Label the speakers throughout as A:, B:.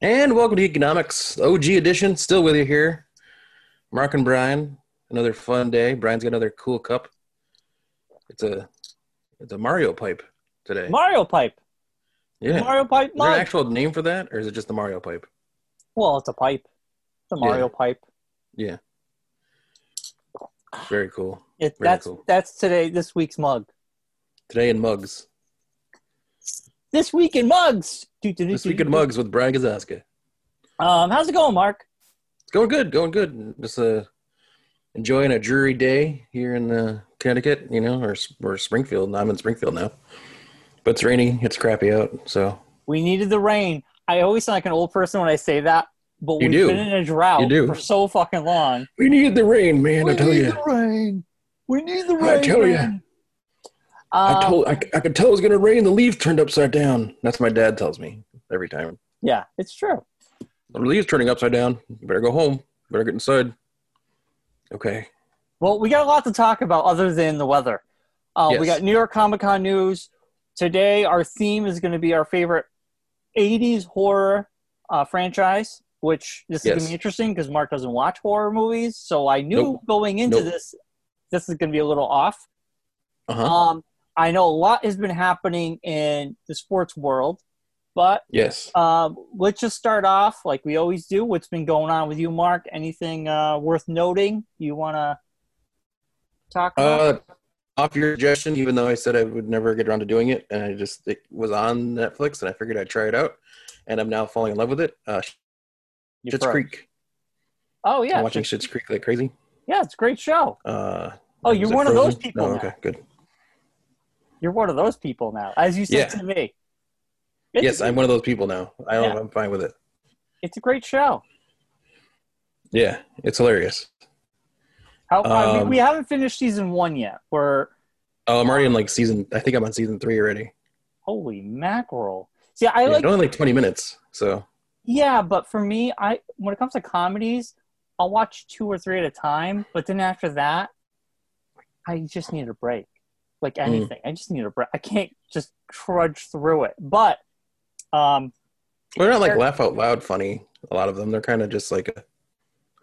A: And welcome to Economics, the OG edition. Still with you here, Mark and Brian. Another fun day. Brian's got another cool cup. It's a it's a Mario pipe today.
B: Mario pipe.
A: yeah,
B: Mario pipe
A: is there an
B: mug.
A: actual name for that, or is it just the Mario pipe?
B: well, it's a pipe. It's a Mario pipe.
A: Yeah, very cool.
B: It,
A: Very
B: that's
A: cool.
B: that's today this week's mug.
A: Today in mugs.
B: This week in mugs. Do, do, do,
A: This
B: do,
A: week
B: do,
A: in
B: do.
A: mugs with Brian Gazaska.
B: Um, how's it going, Mark?
A: It's going good, going good. Just uh, enjoying a dreary day here in uh, Connecticut, you know, or or Springfield. I'm in Springfield now, but it's raining. It's crappy out, so
B: We needed the rain. I always sound like an old person when I say that, but
A: You
B: we've
A: do.
B: been in a drought
A: You do.
B: for so fucking long.
A: we need the rain, man. I
B: we
A: tell
B: need
A: you,
B: the rain. We need the
A: I
B: rain.
A: tell ya.
B: man.
A: I
B: Um,
A: told I, I could tell it was gonna rain. The leaves turned upside down. That's what my dad tells me every time.
B: yeah, it's true.
A: The leaves turning upside down. You better go home. Better get inside. Okay.
B: Well, we got a lot to talk about other than the weather. Uh, We
A: Yes.
B: got New York Comic Con news. Today, our theme is going to be our favorite 80s horror uh, franchise, which this is going
A: Yes.
B: to be interesting because Mark doesn't watch horror movies. So I knew
A: Nope.
B: going into
A: Nope.
B: this, this is going to be a little off.
A: Uh huh.
B: Um, I know a lot has been happening in the sports world, but
A: yes.
B: um, let's just start off like we always do. What's been going on with you, Mark? Anything uh, worth noting you want to talk about?
A: Uh, off your suggestion, even though I said I would never get around to doing it, and I just it was on Netflix, and I figured I'd try it out, and I'm now falling in love with it. Uh,
B: You're
A: Schitt's
B: pro.
A: Creek.
B: Oh yeah,
A: I'm watching Schitt's
B: Schitt's-
A: Creek like crazy.
B: yeah, it's a great show.
A: Uh,
B: Oh,
A: is
B: you're
A: it
B: one of those
A: Frozen?
B: people.
A: No,
B: now.
A: okay, good.
B: You're one of those people now, as you said
A: Yeah.
B: to me. It's
A: Yes,
B: a,
A: I'm one of those people now. I don't,
B: Yeah.
A: I'm fine with it.
B: it's a great show.
A: Yeah, it's hilarious.
B: How, I mean,
A: Um,
B: we haven't finished season one yet. We're
A: Oh, I'm already in like season. I think I'm on season three already.
B: holy mackerel. See, I
A: Yeah,
B: like
A: only like 20 minutes, so
B: yeah, but for me, I when it comes to comedies, I'll watch two or three at a time. But then after that, I just need a break. Like
A: Mm.
B: anything, I just need a break. I can't just trudge through it. But um,
A: they're not like
B: They're-
A: laugh out loud funny. A lot of them, they're kind of just like,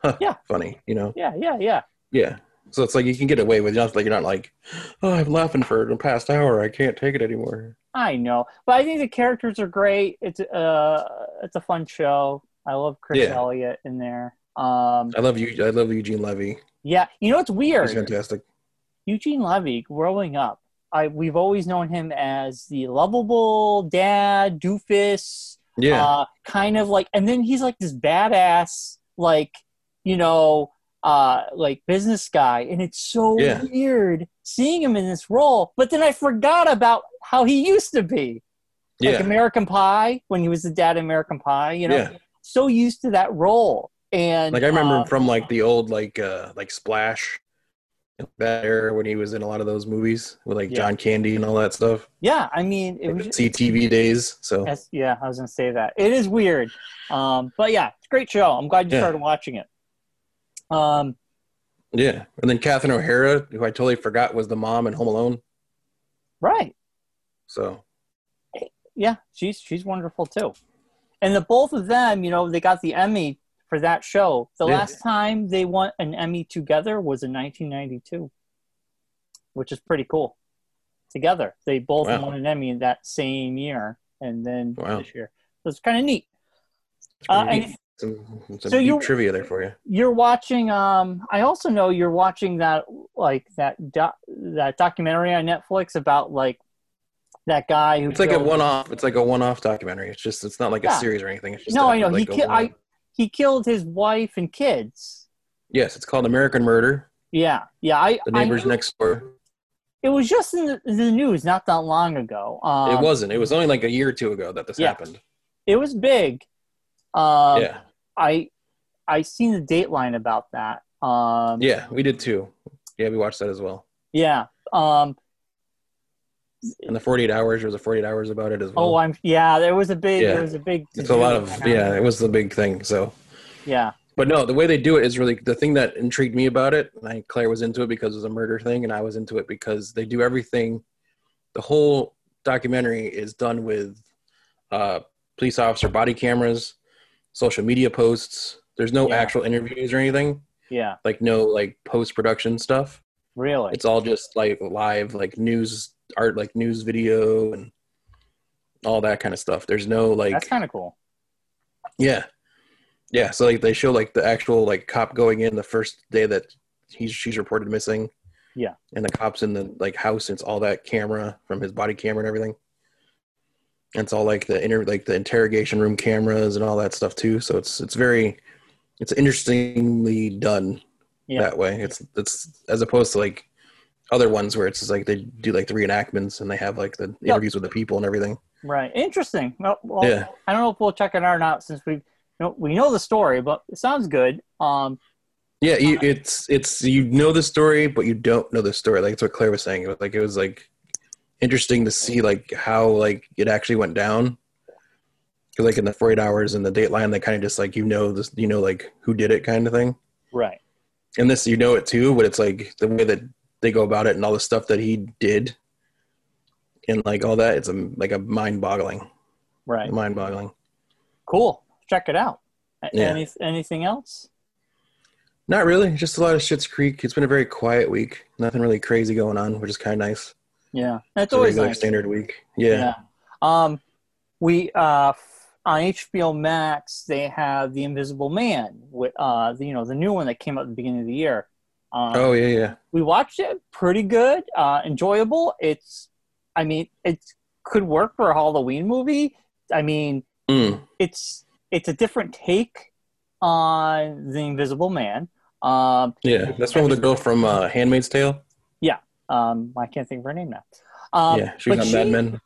A: huh,
B: Yeah.
A: funny, you know.
B: yeah, yeah, yeah.
A: Yeah. So it's like you can get away with it. It's Like you're not like, oh, I'm laughing for the past hour. I can't take it anymore.
B: I know, but I think the characters are great. It's uh, it's a fun show. I love Chris
A: Yeah.
B: Elliott in there. Um,
A: I love you. I love Eugene Levy.
B: yeah, you know it's
A: He's
B: weird.
A: fantastic.
B: Eugene Levy, growing up, I we've always known him as the lovable dad, doofus,
A: Yeah.
B: uh, kind of like, and then he's like this badass, like you know, uh, like business guy, and it's so
A: Yeah.
B: weird seeing him in this role. But then I forgot about how he used to be. like
A: yeah.
B: American Pie when he was the dad in American Pie. You know,
A: Yeah.
B: so used to that role. And
A: Like I remember
B: uh,
A: him from like the old like uh like Splash, that era when he was in a lot of those movies with like
B: Yeah.
A: John Candy and all that stuff.
B: yeah, I mean, it
A: Like,
B: was
A: the CTV days. So
B: that's, yeah. I was gonna say that it is weird, um, but yeah, it's a great show. I'm glad you
A: Yeah.
B: started watching it. Um,
A: yeah. And then Catherine O'Hara, who I totally forgot was the mom in Home Alone.
B: right?
A: So
B: Yeah, she's she's wonderful too. And the both of them, you know, they got the Emmy for that show. The
A: Yeah.
B: last time they won an Emmy together was in 1992, which is pretty cool. Together, they both
A: Wow.
B: won an Emmy in that same year, and then
A: Wow.
B: this year, so it's kind of neat.
A: it's
B: Uh,
A: pretty
B: and-
A: neat. some, some
B: so
A: deep
B: you-
A: trivia there for you.
B: You're watching. Um, I also know you're watching that like that doc, that documentary on Netflix about like that guy who
A: It's like a
B: killed-
A: one-off. It's like a one-off documentary. It's just. It's not like a
B: Yeah.
A: series or anything. It's just
B: No,
A: a-
B: I know.
A: like a
B: He ki- I-
A: one-
B: He killed his wife and kids.
A: Yes, it's called American Murder.
B: Yeah, yeah. I,
A: The
B: I
A: neighbors
B: knew-
A: next door.
B: It was just in the, the news not that long ago. Um,
A: it wasn't. It was only like a year or two ago that this
B: Yeah.
A: happened.
B: It was big. Um,
A: yeah,
B: I I seen the Dateline about that. Um,
A: yeah, we did too. Yeah, we watched that as well.
B: yeah. Um,
A: And the 48 hours. There was a 48 hours about it as well.
B: oh, I'm yeah. There was a big.
A: Yeah.
B: There was a big.
A: it's a lot of
B: to-do.
A: yeah. It was the big thing. So,
B: Yeah.
A: but no, the way they do it is really the thing that intrigued me about it. And I, Claire was into it because it was a murder thing, and I was into it because they do everything. The whole documentary is done with uh, police officer body cameras. social media posts. There's no
B: Yeah.
A: actual interviews or anything,
B: Yeah,
A: like no like post production stuff.
B: really.
A: It's all just like live, like news art, like news video and all that kind of stuff. There's no like
B: That's kind of cool.
A: yeah, yeah. So like they show like the actual like cop going in the first day that he's she's reported missing.
B: Yeah.
A: and the cops in the like house. And it's all that camera from his body camera and everything. And it's all like the inter like the interrogation room cameras and all that stuff too. So it's it's very it's interestingly done
B: Yeah.
A: that way. It's it's as opposed to like other ones where it's just like they do like the reenactments and they have like the
B: Yeah.
A: interviews with the people and everything.
B: Right. Interesting. Well, well
A: Yeah.
B: I don't know if we'll check it out or not since we you know, we know the story, but it sounds good. Um,
A: Yeah, you, it's it's you know the story, but you don't know the story. Like that's what Claire was saying. It was like it was like interesting to see like how like it actually went down. 'Cause, like in the 48 hours and the Dateline, they kind of just like you know this, you know like who did it kind of thing.
B: right.
A: And this you know it too, but it's like the way that they go about it and all the stuff that he did, and like all that. It's a, like a mind boggling,
B: Right.
A: mind boggling.
B: Cool. Check it out. A-
A: Yeah.
B: Any, anything else?
A: Not really, just a lot of Shit's Creek. It's been a very quiet week. Nothing really crazy going on, which is kind of nice.
B: Yeah. That's
A: It's a
B: always
A: regular
B: nice.
A: standard week.
B: Yeah. Um, we uh, f- on HBO Max they have The Invisible Man with uh, the, you know the new one that came out at the beginning of the year. Um,
A: Oh yeah, yeah.
B: we watched it pretty good uh enjoyable it's i mean it could work for a halloween movie i mean
A: Mm.
B: it's it's a different take on the invisible man um
A: Yeah, that's one with the girl from uh, Handmaid's Tale.
B: um i can't think of her name now um
A: yeah, she was
B: but
A: on Mad Men.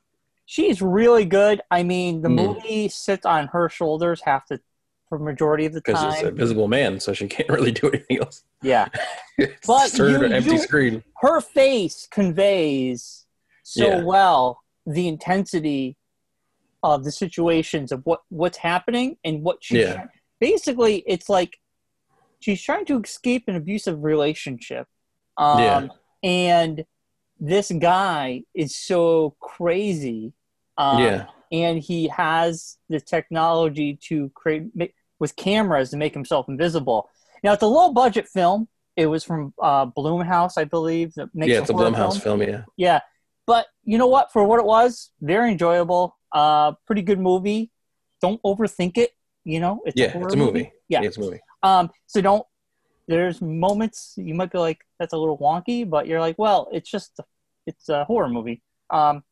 B: she's really good i mean the
A: Mm.
B: movie sits on her shoulders half the for majority of the
A: because it's
B: time
A: a visible man, so she can't really do anything else.
B: yeah
A: It's
B: But
A: just her and
B: you-
A: an empty
B: you-
A: screen.
B: her face conveys so
A: Yeah.
B: well the intensity of the situations of what what's happening and what she
A: Yeah.
B: basically it's like she's trying to escape an abusive relationship um,
A: Yeah.
B: and this guy is so crazy um,
A: yeah,
B: and he has the technology to create ma- with cameras to make himself invisible. Now it's a low budget film. It was from uh, Bloomhouse, I believe. That makes
A: yeah, it's a
B: horror
A: Blumhouse
B: film.
A: film. Yeah,
B: Yeah, but you know what? For what it was, very enjoyable. Uh, pretty good movie. Don't overthink it. You know, it's
A: yeah,
B: horror
A: it's a movie.
B: Yeah.
A: it's a movie.
B: Um, so don't. There's moments you might be like, "That's a little wonky," but you're like, "Well, it's just it's a horror movie." Um,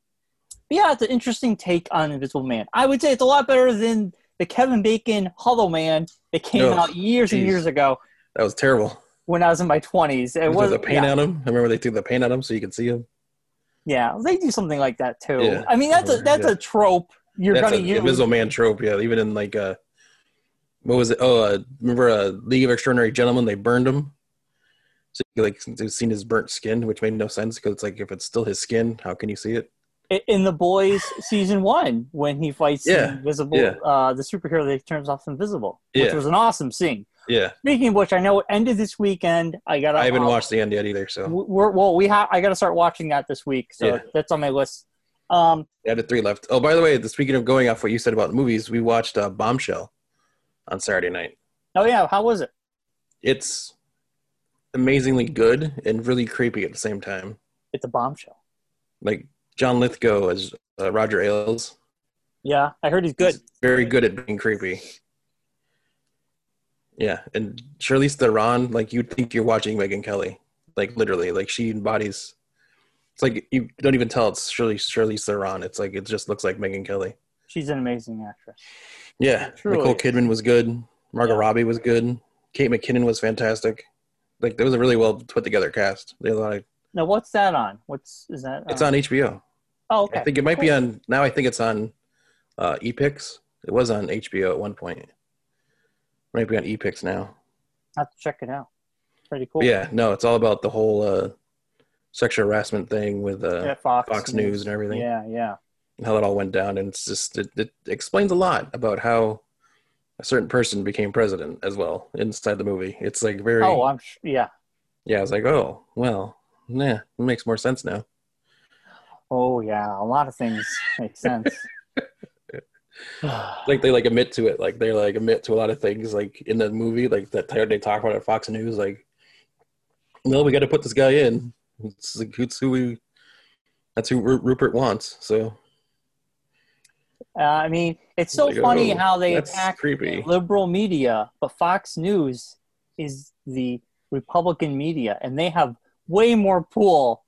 B: but yeah, it's an interesting take on Invisible Man. I would say it's a lot better than the Kevin Bacon Hollow Man that came
A: No,
B: out years and
A: geez.
B: years ago
A: That was terrible.
B: when I was in my twenties. It
A: It was
B: was
A: the paint
B: yeah,
A: on him. I remember they threw the paint on him so you could see him.
B: yeah, they do something like that too.
A: Yeah.
B: I mean, that's a that's
A: Yeah.
B: a trope you're
A: That's
B: gonna
A: an
B: use.
A: invisible man trope. Yeah, even in like uh, what was it? Oh, uh, remember uh, League of Extraordinary Gentlemen? They burned him. So you like they've seen his burnt skin, which made no sense because it's like if it's still his skin, how can you see it?
B: I- in the boys season one when he fights the
A: Yeah,
B: invisible
A: yeah.
B: uh, the superhero that turns off invisible, which
A: Yeah.
B: was an awesome scene.
A: Yeah.
B: Speaking of which, I know it ended this weekend. I got.
A: I haven't watched the end yet either, so
B: We're, well, we have. I got to start watching that this week, so
A: Yeah.
B: that's on my list. Um,
A: I had three left. Oh, by the way, the- speaking of going off what you said about movies, we watched uh, Bombshell on Saturday night.
B: oh yeah, how was it?
A: It's amazingly good and really creepy at the same time.
B: It's a bombshell.
A: Like John Lithgow as uh, Roger Ailes,
B: Yeah, I heard he's good.
A: He's very good at being creepy. Yeah, and Charlize Theron, like you'd think you're watching Megan Kelly, like literally, like she embodies. It's like you don't even tell it's Shirley Charlize Theron. It's like it just looks like Megan Kelly.
B: She's an amazing actress.
A: Yeah,
B: Truly.
A: Nicole Kidman was good. Margot
B: Yeah.
A: Robbie was good. Kate McKinnon was fantastic. Like there was a really well put together cast. They had a lot of-
B: Now, what's that on? What's is that?
A: it's on HBO.
B: Oh, okay.
A: I think it might be on now. I think it's on uh, Epix. It was on HBO at one point. Might be on Epix now.
B: I'll have to check it out. Pretty cool.
A: But yeah, no, it's all about the whole uh, sexual harassment thing with uh,
B: Yeah, Fox,
A: Fox News and everything.
B: Yeah, yeah,
A: and how that all went down. And it's just it, it explains a lot about how a certain person became president as well inside the movie. It's like very
B: Oh, I'm sh- yeah.
A: yeah, I was like, oh, well, yeah, it makes more sense now.
B: Oh yeah, a lot of things make sense.
A: like they like admit to it. Like they're like admit to a lot of things. Like in the movie, like that they talk about it at Fox News. Like, no, we got to put this guy in. It's like it's who we. That's who Ru- Rupert wants. So
B: Uh, I mean, it's so
A: Like,
B: funny
A: oh,
B: how they
A: that's
B: attack
A: creepy.
B: liberal media, but Fox News is the Republican media, and they have way more pull.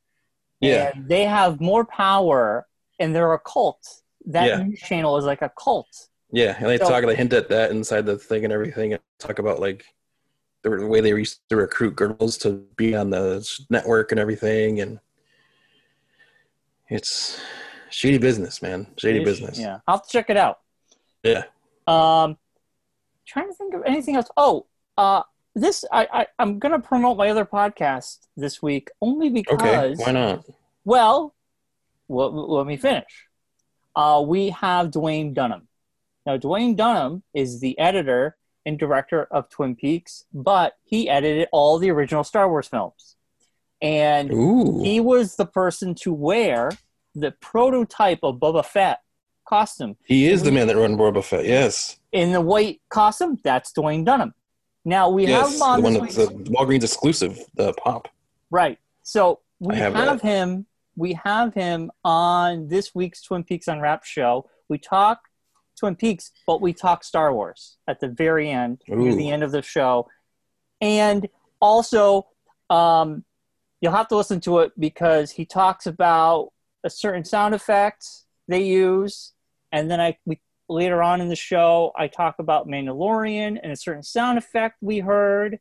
A: Yeah.
B: and they have more power, and they're a cult. That
A: Yeah.
B: news channel is like a cult.
A: Yeah, and they
B: So-
A: talk, they hint at that inside the thing and everything, and talk about like the the way they used to recruit girls to be on the s- network and everything, and it's shady business, man. Shady business.
B: Yeah, I'll have to check it out.
A: Yeah.
B: Um, trying to think of anything else. Oh, uh, this I, I I'm gonna promote my other podcast this week only because
A: Okay. Why not?
B: Well, well let me finish. Uh, we have Dwayne Dunham. Now, Dwayne Dunham is the editor and director of Twin Peaks, but he edited all the original Star Wars films. And
A: Ooh.
B: he was the person to wear the prototype of Boba Fett costume.
A: He is the man that run Boba Fett. Yes.
B: In the white costume, that's Dwayne Dunham. Now, we have
A: Yes.
B: him on
A: The one
B: this
A: that's
B: week's-
A: a Walgreens exclusive uh, pop.
B: Right. So we
A: I
B: have,
A: have
B: him. We have him on this week's Twin Peaks Unwrapped show. We talk Twin Peaks, but we talk Star Wars at the very end, near
A: Ooh.
B: the end of the show, and also um, you'll have to listen to it because he talks about a certain sound effect they use, and then I we, later on in the show I talk about Mandalorian and a certain sound effect we heard,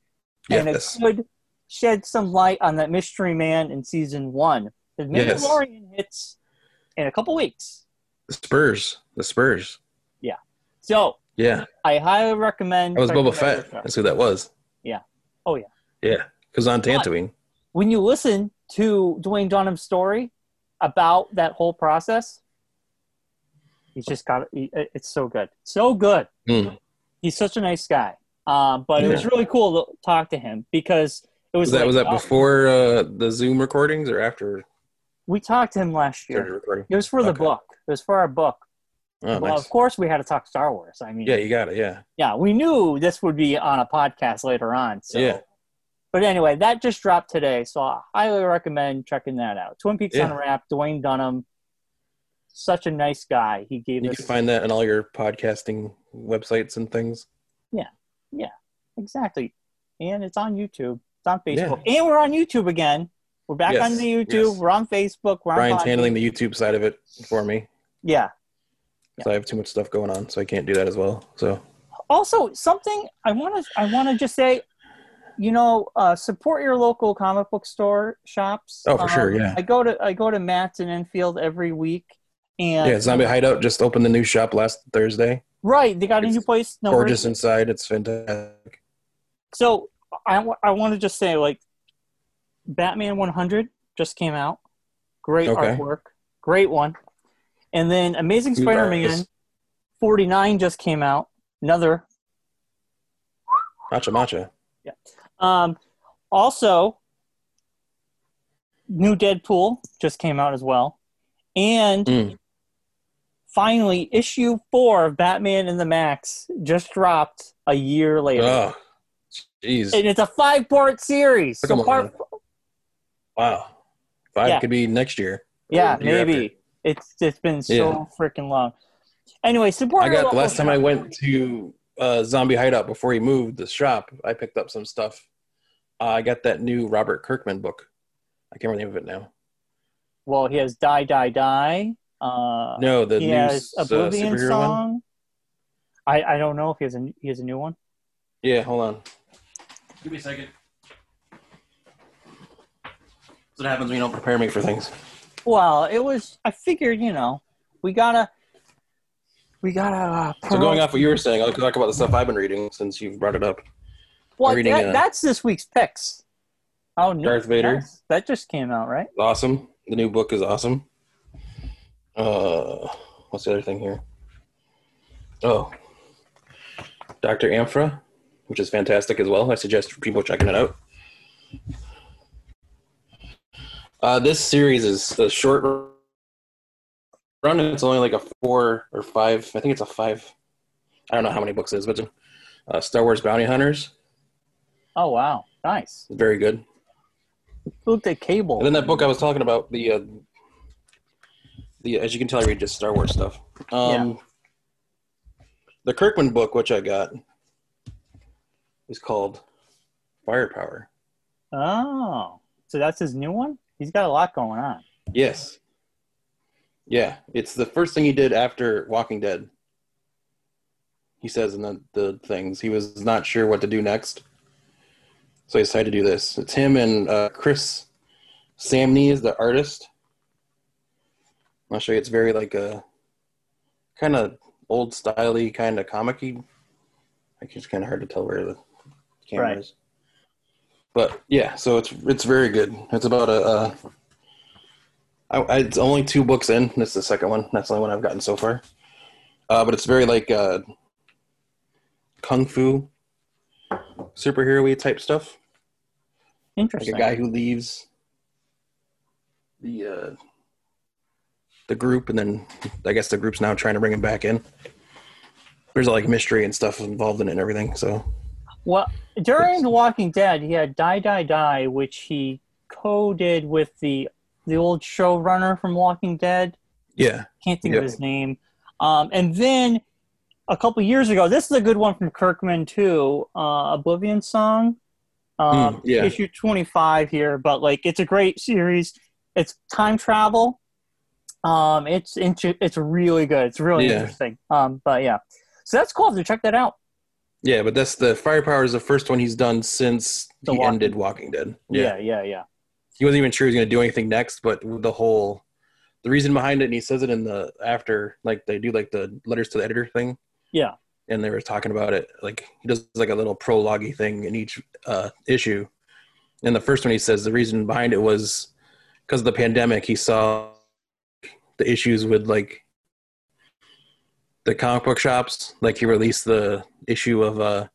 B: and it
A: Yes.
B: could shed some light on that mystery man in season one. The
A: Yes.
B: Mandalorian hits in a couple weeks,
A: The Spurs. The Spurs.
B: so
A: Yeah.
B: I highly recommend.
A: That was
B: checking
A: Boba
B: that
A: Fett.
B: out.
A: That's who that was.
B: Yeah. Oh, yeah.
A: Yeah. Because on Tatooine.
B: when you listen to Dwayne Dunham's story about that whole process, he's just got it. It's so good, so good.
A: Mm.
B: He's such a nice guy. Uh, but it was
A: Yeah.
B: really cool to talk to him because it was,
A: Was that
B: like,
A: was that
B: oh,
A: before uh, the Zoom recordings or after
B: we talked to him last
A: started
B: year.
A: recording?
B: It was for the
A: Okay.
B: book. It was for our book.
A: Oh,
B: well,
A: nice.
B: of course, we had to talk Star Wars. I mean,
A: Yeah, you got it. Yeah,
B: yeah, we knew this would be on a podcast later on. So.
A: Yeah.
B: But anyway, that just dropped today, so I highly recommend checking that out. Twin Peaks
A: Yeah.
B: Unwrapped, Dwayne Dunham, such a nice guy. He gave
A: you
B: us
A: can find that on all your podcasting websites and things.
B: exactly, and it's on YouTube, it's on Facebook, and we're on YouTube again. We're back
A: Yes,
B: on the YouTube.
A: yes.
B: We're on Facebook. We're on
A: Brian's
B: Podbean.
A: handling the YouTube side of it for me
B: Yeah.
A: because I have too much stuff going on, so I can't do that as well. So
B: Also, something I want to I want to just say, you know, uh, support your local comic book store shops. Um,
A: Oh, for sure, yeah.
B: I go to I go to Matt's and Enfield every week, and
A: yeah, Zombie Hideout just opened the new shop last Thursday.
B: Right, they got a
A: It's
B: new place. No, we're-
A: Gorgeous inside, it's fantastic.
B: So I, w- I want to just say like Batman 100 just came out. Great
A: Okay.
B: artwork. Great one. And then Amazing
A: Who's
B: Spider-Man
A: artist?
B: 49 just came out. Another.
A: Matcha matcha.
B: Um, also New Deadpool just came out as well. And
A: Mm.
B: finally issue 4 of Batman and the Max just dropped a year later.
A: Oh, jeez,
B: And it's a five-part series.
A: Come
B: So part
A: on. wow. Five
B: Yeah.
A: could be next year.
B: Yeah,
A: Year after.
B: maybe. It's it's been so
A: Yeah.
B: freaking long. Anyway, support.
A: I
B: your
A: got the
B: local
A: last time I
B: shop.
A: went to uh, Zombie Hideout before he moved the shop. I picked up some stuff. Uh, I got that new Robert Kirkman book. I can't remember the name of it now.
B: Well, he has die die die. Uh,
A: No, the
B: he
A: new
B: has
A: s- uh,
B: Oblivion
A: superhero one.
B: song. I I don't know if he has a he has a new one.
A: Yeah, hold on. Give me a second. That's what happens when you don't prepare me for things.
B: Well, it was. I figured you know we gotta we gotta. Uh,
A: So
B: promote-
A: going off what you were saying, I'll talk about the stuff I've been reading since you've brought it up.
B: well,
A: reading,
B: that,
A: uh,
B: that's this week's picks. Oh, no,
A: Darth Vader.
B: that's- That just came out, right?
A: It's awesome. The new book is awesome. Uh, what's the other thing here? Oh, Dr. Amphra, which is fantastic as well. I suggest people checking it out. Uh, this series is a short run. It's only like a four or five. I think it's a five. I don't know how many books it is, but it's, uh, Star Wars Bounty Hunters.
B: Oh wow, nice.
A: It's very good.
B: Look at Cable.
A: And then that book I was talking about, the uh, the as you can tell, I read just Star Wars stuff. Um, The Kirkman book, which I got, is called Firepower.
B: Oh, so that's his new one. He's got a lot going on.
A: Yes. Yeah, it's the first thing he did after Walking Dead. He says in the, the things he was not sure what to do next, so he decided to do this. It's him and uh, Chris Samney is the artist. I'll show you. It's very like a kind of old styley kind of comicy. Like it's kind of hard to tell where the camera
B: Right.
A: is. But yeah, so it's it's very good. It's about a. Uh, I, I, it's only two books in. This is the second one. That's the only one I've gotten so far. Uh, but it's very like uh, kung fu superhero type stuff. Like a
B: Interesting.
A: guy who leaves the uh, the group, and then I guess the group's now trying to bring him back in. There's like mystery and stuff involved in it and everything. So
B: Well, during The Walking Dead, he had Die Die Die, which he co-did with the the old showrunner from Walking Dead.
A: yeah,
B: Can't think
A: Yep.
B: of his name. Um, and then a couple years ago, this is a good one from Kirkman too. Uh, Oblivion Song, um,
A: Mm, yeah.
B: issue twenty five here, but like it's a great series. It's time travel. Um, it's inter- it's really good. It's really
A: Yeah.
B: interesting. Um, but yeah, so that's cool. So check that out.
A: yeah. But that's the firepower is the first one he's done since
B: The
A: he
B: Walking-
A: ended Walking Dead.
B: Yeah, yeah, yeah.
A: he wasn't even sure he was going to do anything next, but the whole the reason behind it, and he says it in the after, like they do like the letters to the editor thing.
B: Yeah.
A: And they were talking about it, like he does like a little prologue thing in each uh, issue. And the first one he says the reason behind it was because of the pandemic. He saw the issues with like the comic book shops. Like he released the issue of uh,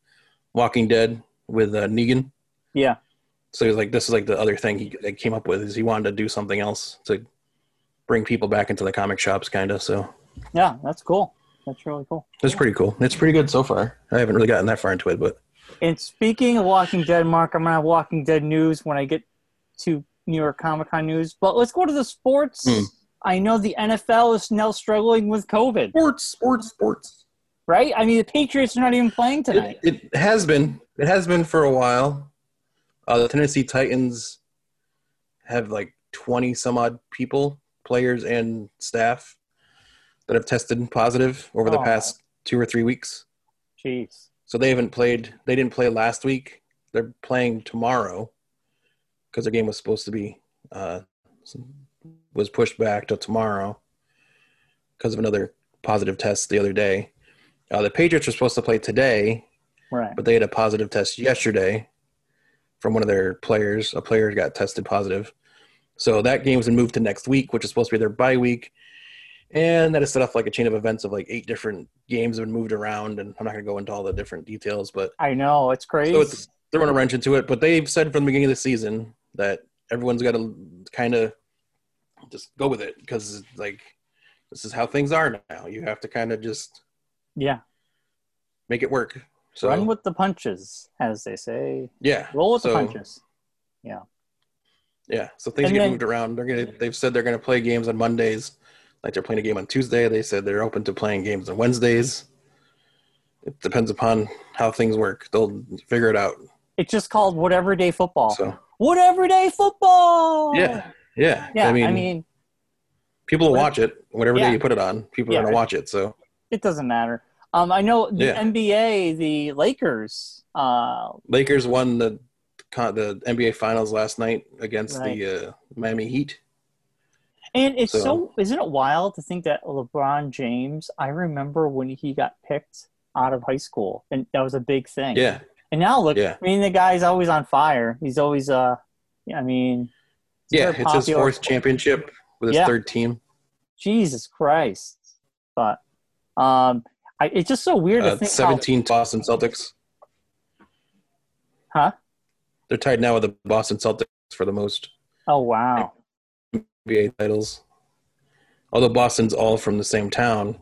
A: Walking Dead with uh, Negan.
B: Yeah.
A: So he was like, this is like the other thing he like, came up with is he wanted to do something else to bring people back into the comic shops, kind of. So
B: Yeah, that's cool. That's really cool.
A: it's pretty cool. It's pretty good so far. I haven't really gotten that far into it, but
B: And speaking of Walking Dead, Mark, I'm gonna have Walking Dead news when I get to New York Comic Con news. But let's go to the sports.
A: Hmm.
B: I know the NFL is now struggling with COVID,
A: sports, sports, sports.
B: right? I mean, the Patriots are not even playing tonight.
A: It, it has been. It has been for a while. Uh, the Tennessee Titans have like 20 some odd people, players and staff, that have tested positive over the
B: Oh.
A: past two or three weeks.
B: Jeez.
A: So they haven't played. They didn't play last week. They're playing tomorrow because their game was supposed to be uh, was pushed back to tomorrow because of another positive test the other day. Uh, the Patriots were supposed to play today,
B: Right.
A: but they had a positive test yesterday from one of their players. A player got tested positive. So that game's been moved to next week, which is supposed to be their bye week. And that is set off like a chain of events of like eight different games have been moved around. And I'm not going to go into all the different details, but
B: I know it's crazy.
A: so it's throwing a wrench into it. But they've said from the beginning of the season that everyone's got to kind of just go with it because like this is how things are now. You have to kind of just
B: yeah.
A: make it work. So
B: Run with the punches, as they say.
A: yeah,
B: Roll with the
A: So-
B: punches.
A: Yeah, so things
B: And
A: get
B: then-
A: moved around. They're gonna. They've said they're gonna play games on Mondays. Like they're playing a game on Tuesday. They said they're open to playing games on Wednesdays. It depends upon how things work. They'll figure it out.
B: It's just called whatever day football.
A: So
B: whatever day football.
A: yeah, yeah.
B: Yeah.
A: I mean,
B: I mean
A: people will
B: what-
A: watch it whatever
B: Yeah.
A: day you put it on. People
B: Yeah.
A: are gonna watch it. So
B: it doesn't matter. Um, I know the
A: Yeah.
B: NBA, the Lakers. Uh,
A: Lakers won the con- the NBA Finals last night against
B: Right.
A: the uh, Miami Heat.
B: and it's so,
A: So-
B: isn't it wild to think that LeBron James? I remember when he got picked out of high school, and that was a big thing.
A: Yeah,
B: And now look,
A: Yeah.
B: I mean, the guy's always on fire. He's always, uh, I mean, he's
A: yeah.
B: very
A: It's his
B: popular.
A: fourth championship with his
B: Yeah.
A: third team.
B: Jesus Christ! But um, I, it's just so weird to
A: Uh,
B: think. how-
A: Seventeen to Boston Celtics.
B: huh?
A: They're tied now with the Boston Celtics for the most
B: Oh wow!
A: NBA titles. although Boston's all from the same town,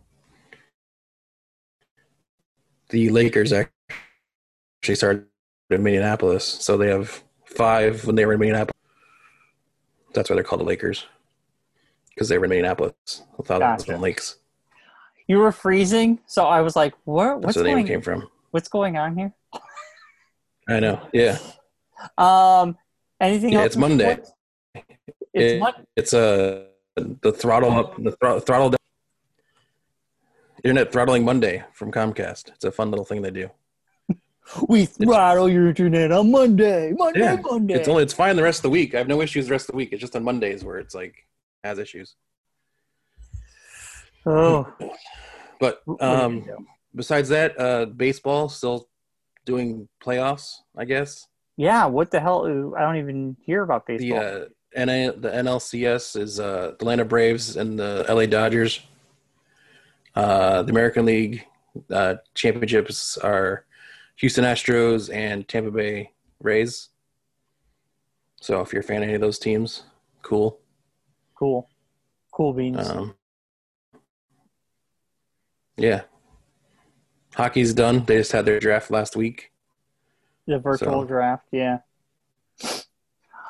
A: the Lakers actually started in Minneapolis. So they have five when they were in Minneapolis. That's why they're called the Lakers because they were in Minneapolis. A thousand
B: Gotcha.
A: lakes.
B: You were freezing, so I was like, "What?
A: That's
B: What's
A: where the name
B: going?
A: came from.
B: What's going on here?"
A: I know. Yeah.
B: Um, anything
A: Yeah,
B: else?
A: it's
B: in
A: Monday.
B: sports? It's
A: It-
B: Monday.
A: It's uh, the throttle up, the thro- throttle down. Internet Throttling Monday from Comcast. It's a fun little thing they do.
B: We throttle your internet on Monday. Monday,
A: Yeah,
B: Monday.
A: It's only it's fine the rest of the week. I have no issues the rest of the week. It's just on Mondays where it's like has issues.
B: oh,
A: But
B: What are you
A: um,
B: gonna do?
A: besides that, uh, baseball still doing playoffs. I guess
B: yeah. What the hell? I don't even hear about
A: the
B: baseball.
A: uh, NA, the NLCS is uh, the Atlanta Braves and the LA Dodgers. Uh, the American League uh, championships are Houston Astros and Tampa Bay Rays. So if you're a fan of any of those teams, cool.
B: cool, cool beans.
A: Um, yeah. Hockey's done. They just had their draft last week.
B: the virtual
A: so-
B: draft. Yeah.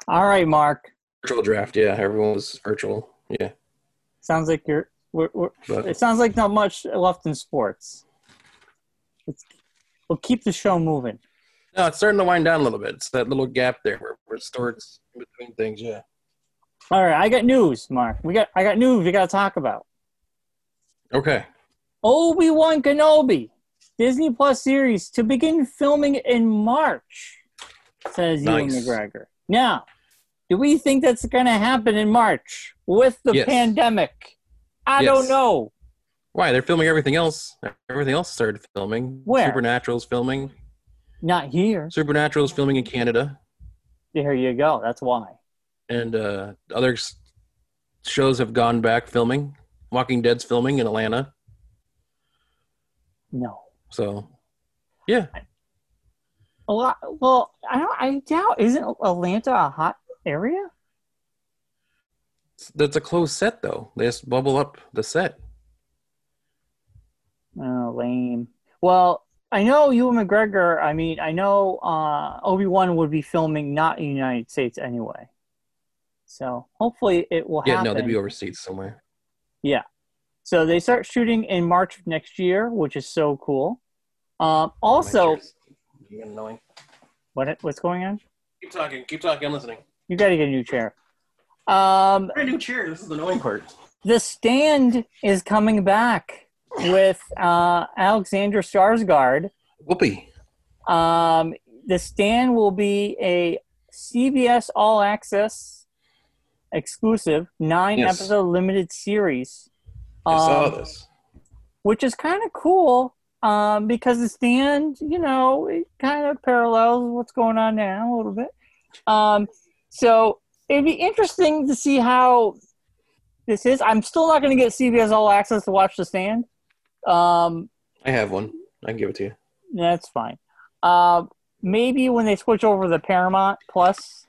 B: All right, Mark.
A: Virtual draft, yeah. Everyone was virtual. Yeah.
B: Sounds like you're. We're, we're, it
A: But
B: sounds like not much left in sports. It's, we'll keep the show moving.
A: no, it's starting to wind down a little bit. It's that little gap there where, where it starts in between things, yeah.
B: All right, I got news, Mark. We got I got news we got to talk about.
A: Okay.
B: Obi Wan Kenobi, Disney Plus series to begin filming in March, says Ewan
A: Nice.
B: McGregor. Now, do we think that's going to happen in March with the
A: Yes.
B: pandemic? I don't
A: Yes.
B: know.
A: Why? They're filming everything else. Everything else started filming.
B: Where?
A: Supernatural's filming.
B: Not here.
A: Supernatural's filming in Canada.
B: There you go. That's why.
A: And uh, other s- shows have gone back filming. Walking Dead's filming in Atlanta.
B: No.
A: So
B: A lot, well, I don't. I doubt. Isn't Atlanta a hot area?
A: That's a closed set, though. They just bubble up the set.
B: Oh, lame. Well, I know Ewan McGregor. I mean, I know uh, Obi Wan would be filming not in the United States anyway. So hopefully it will
A: Yeah,
B: happen.
A: no, they'd be overseas somewhere.
B: so they start shooting in March of next year, which is so cool. Um, also,
A: annoying.
B: what what's going on?
A: Keep talking. Keep talking. I'm listening.
B: You got to get a new chair. Um,
A: Brand new chair. This is the annoying part.
B: The Stand is coming back with uh, Alexander Skarsgård.
A: Whoopee.
B: Um, the Stand will be a CBS All Access exclusive nine
A: Yes.
B: episode limited series,
A: I saw
B: um,
A: this.
B: which is kind of cool um, because The Stand, you know, it kind of parallels what's going on now a little bit. Um, so it'd be interesting to see how this is. I'm still not going to get CBS All Access to watch The Stand. Um,
A: I have one. I can give it to you.
B: that's fine. Uh, maybe when they switch over to Paramount Plus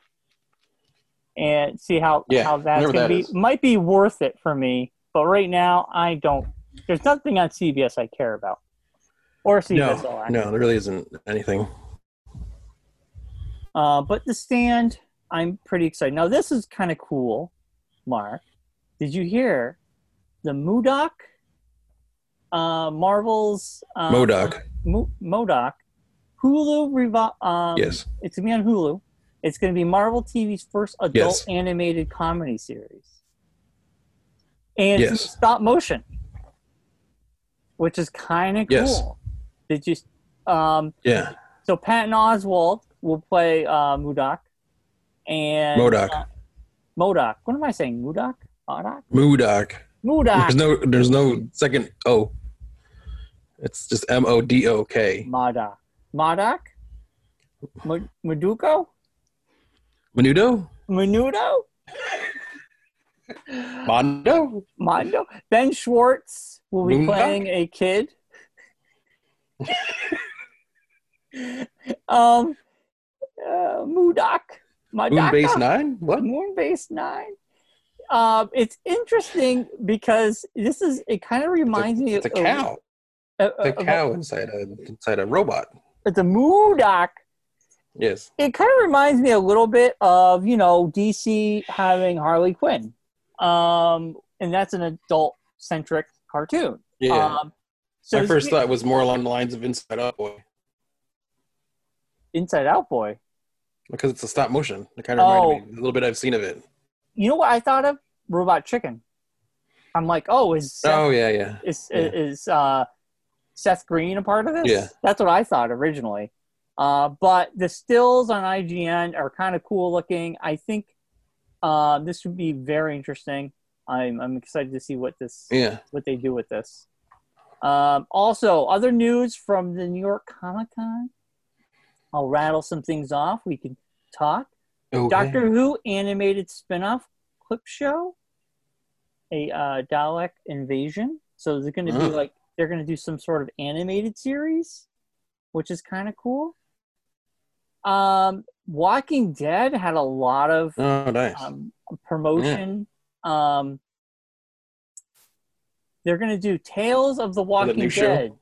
B: and see how
A: Yeah,
B: how that's
A: whenever that
B: gonna be,
A: is.
B: might be worth it for me. But right now, I don't. There's nothing on CBS I care about or CBS All
A: No,
B: Access.
A: no, there really isn't anything.
B: Uh, but the stand, I'm pretty excited. Now this is kind of cool, Mark. Did you hear the Modoc? Uh, Marvel's uh,
A: Modoc.
B: Mo- Modoc. Hulu revo- um,
A: yes.
B: It's gonna be on Hulu. It's gonna be Marvel TV's first adult
A: Yes.
B: animated comedy series, and it's
A: Yes.
B: stop motion, which is kind of cool.
A: Yes.
B: Did you? Um,
A: Yeah.
B: so Patton Oswald will play uh, Mudoc, and
A: Modoc.
B: uh, Modoc. What am I saying? Mudoc. Modoc.
A: Modoc.
B: Mudoc.
A: There's no. There's no second O. It's just M O D O K.
B: Modoc. Modoc. Mo- Moduko.
A: Menudo.
B: Menudo.
A: Mondo.
B: Mondo. Ben Schwartz will be
A: Moondoc?
B: playing a kid. um, uh, Mudoc.
A: Moonbase
B: Modoc.
A: Nine. What?
B: Moonbase Nine. um, it's interesting because this is it. Kind of reminds me
A: It's a
B: of
A: cow.
B: of-
A: It's a
B: oh, uh, of-
A: cow inside a inside a robot.
B: It's a Moodoc.
A: Yes.
B: It kind of reminds me a little bit of you know DC having Harley Quinn, um, and that's an adult centric cartoon.
A: Yeah.
B: Um, so
A: My
B: it's
A: first
B: weird.
A: thought was more along the lines of Inside Out Boy
B: Inside Out Boy.
A: because it's a stop motion. It kind of reminded me
B: Oh.
A: a little bit. I've seen of it.
B: You know what I thought of? Robot Chicken. I'm like, oh, is Seth,
A: Oh yeah, yeah.
B: is
A: yeah.
B: is uh, Seth Green a part of this?
A: Yeah.
B: that's what I thought originally. Uh, but the stills on IGN are kind of cool looking. I think uh, this would be very interesting. I'm I'm excited to see what this
A: Yeah.
B: what they do with this. Um, also, other news from the New York Comic Con. I'll rattle some things off. We can talk.
A: Okay.
B: Doctor Who animated spin-off clip show, a uh, Dalek invasion. So they're going to be
A: Mm.
B: like they're going to do some sort of animated series, which is kind of cool. Um, Walking Dead had a lot of
A: Oh nice.
B: um, promotion. Um, they're going to do Tales of the Walking
A: new
B: Dead.
A: show?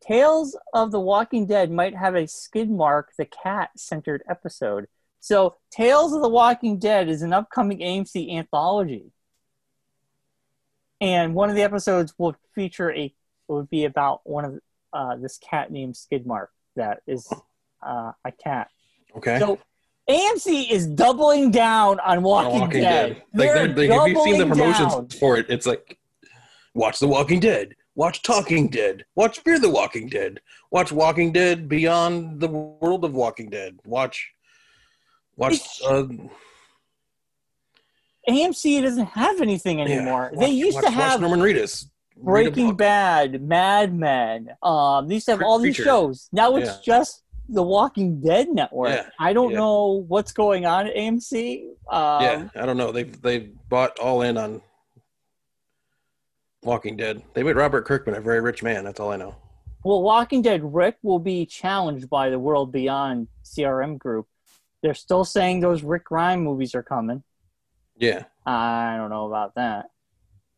B: Tales of the Walking Dead might have a Skidmark the Cat centered episode. So, Tales of the Walking Dead is an upcoming AMC anthology. And one of the episodes will feature a, would be about one of uh, this cat named Skidmark that is uh, a cat.
A: okay.
B: So AMC is doubling down on
A: On
B: Walking, Dead.
A: Like, they're, like if you've seen the
B: doubling
A: promotions
B: down.
A: for it, it's like watch The Walking Dead, watch Talking Dead, watch Fear the Walking Dead, watch Walking Dead Beyond the World of Walking Dead, watch watch
B: It's-
A: uh,
B: AMC doesn't have anything
A: yeah,
B: anymore.
A: watch-
B: they used
A: watch-
B: to
A: watch
B: have
A: Norman Reedus, Read a
B: Breaking
A: book.
B: Bad, Mad Men. Um, they used to have all these
A: Preacher.
B: shows. Now it's
A: Yeah.
B: just the Walking Dead network.
A: Yeah,
B: I don't
A: yeah.
B: know what's going on at AMC. Um,
A: yeah, I don't know. They've they've bought all in on Walking Dead. They made Robert Kirkman a very rich man. That's all I know.
B: Well, Walking Dead Rick will be challenged by the World Beyond CRM group. They're still saying those Rick Grimes movies are coming.
A: Yeah,
B: I don't know about that.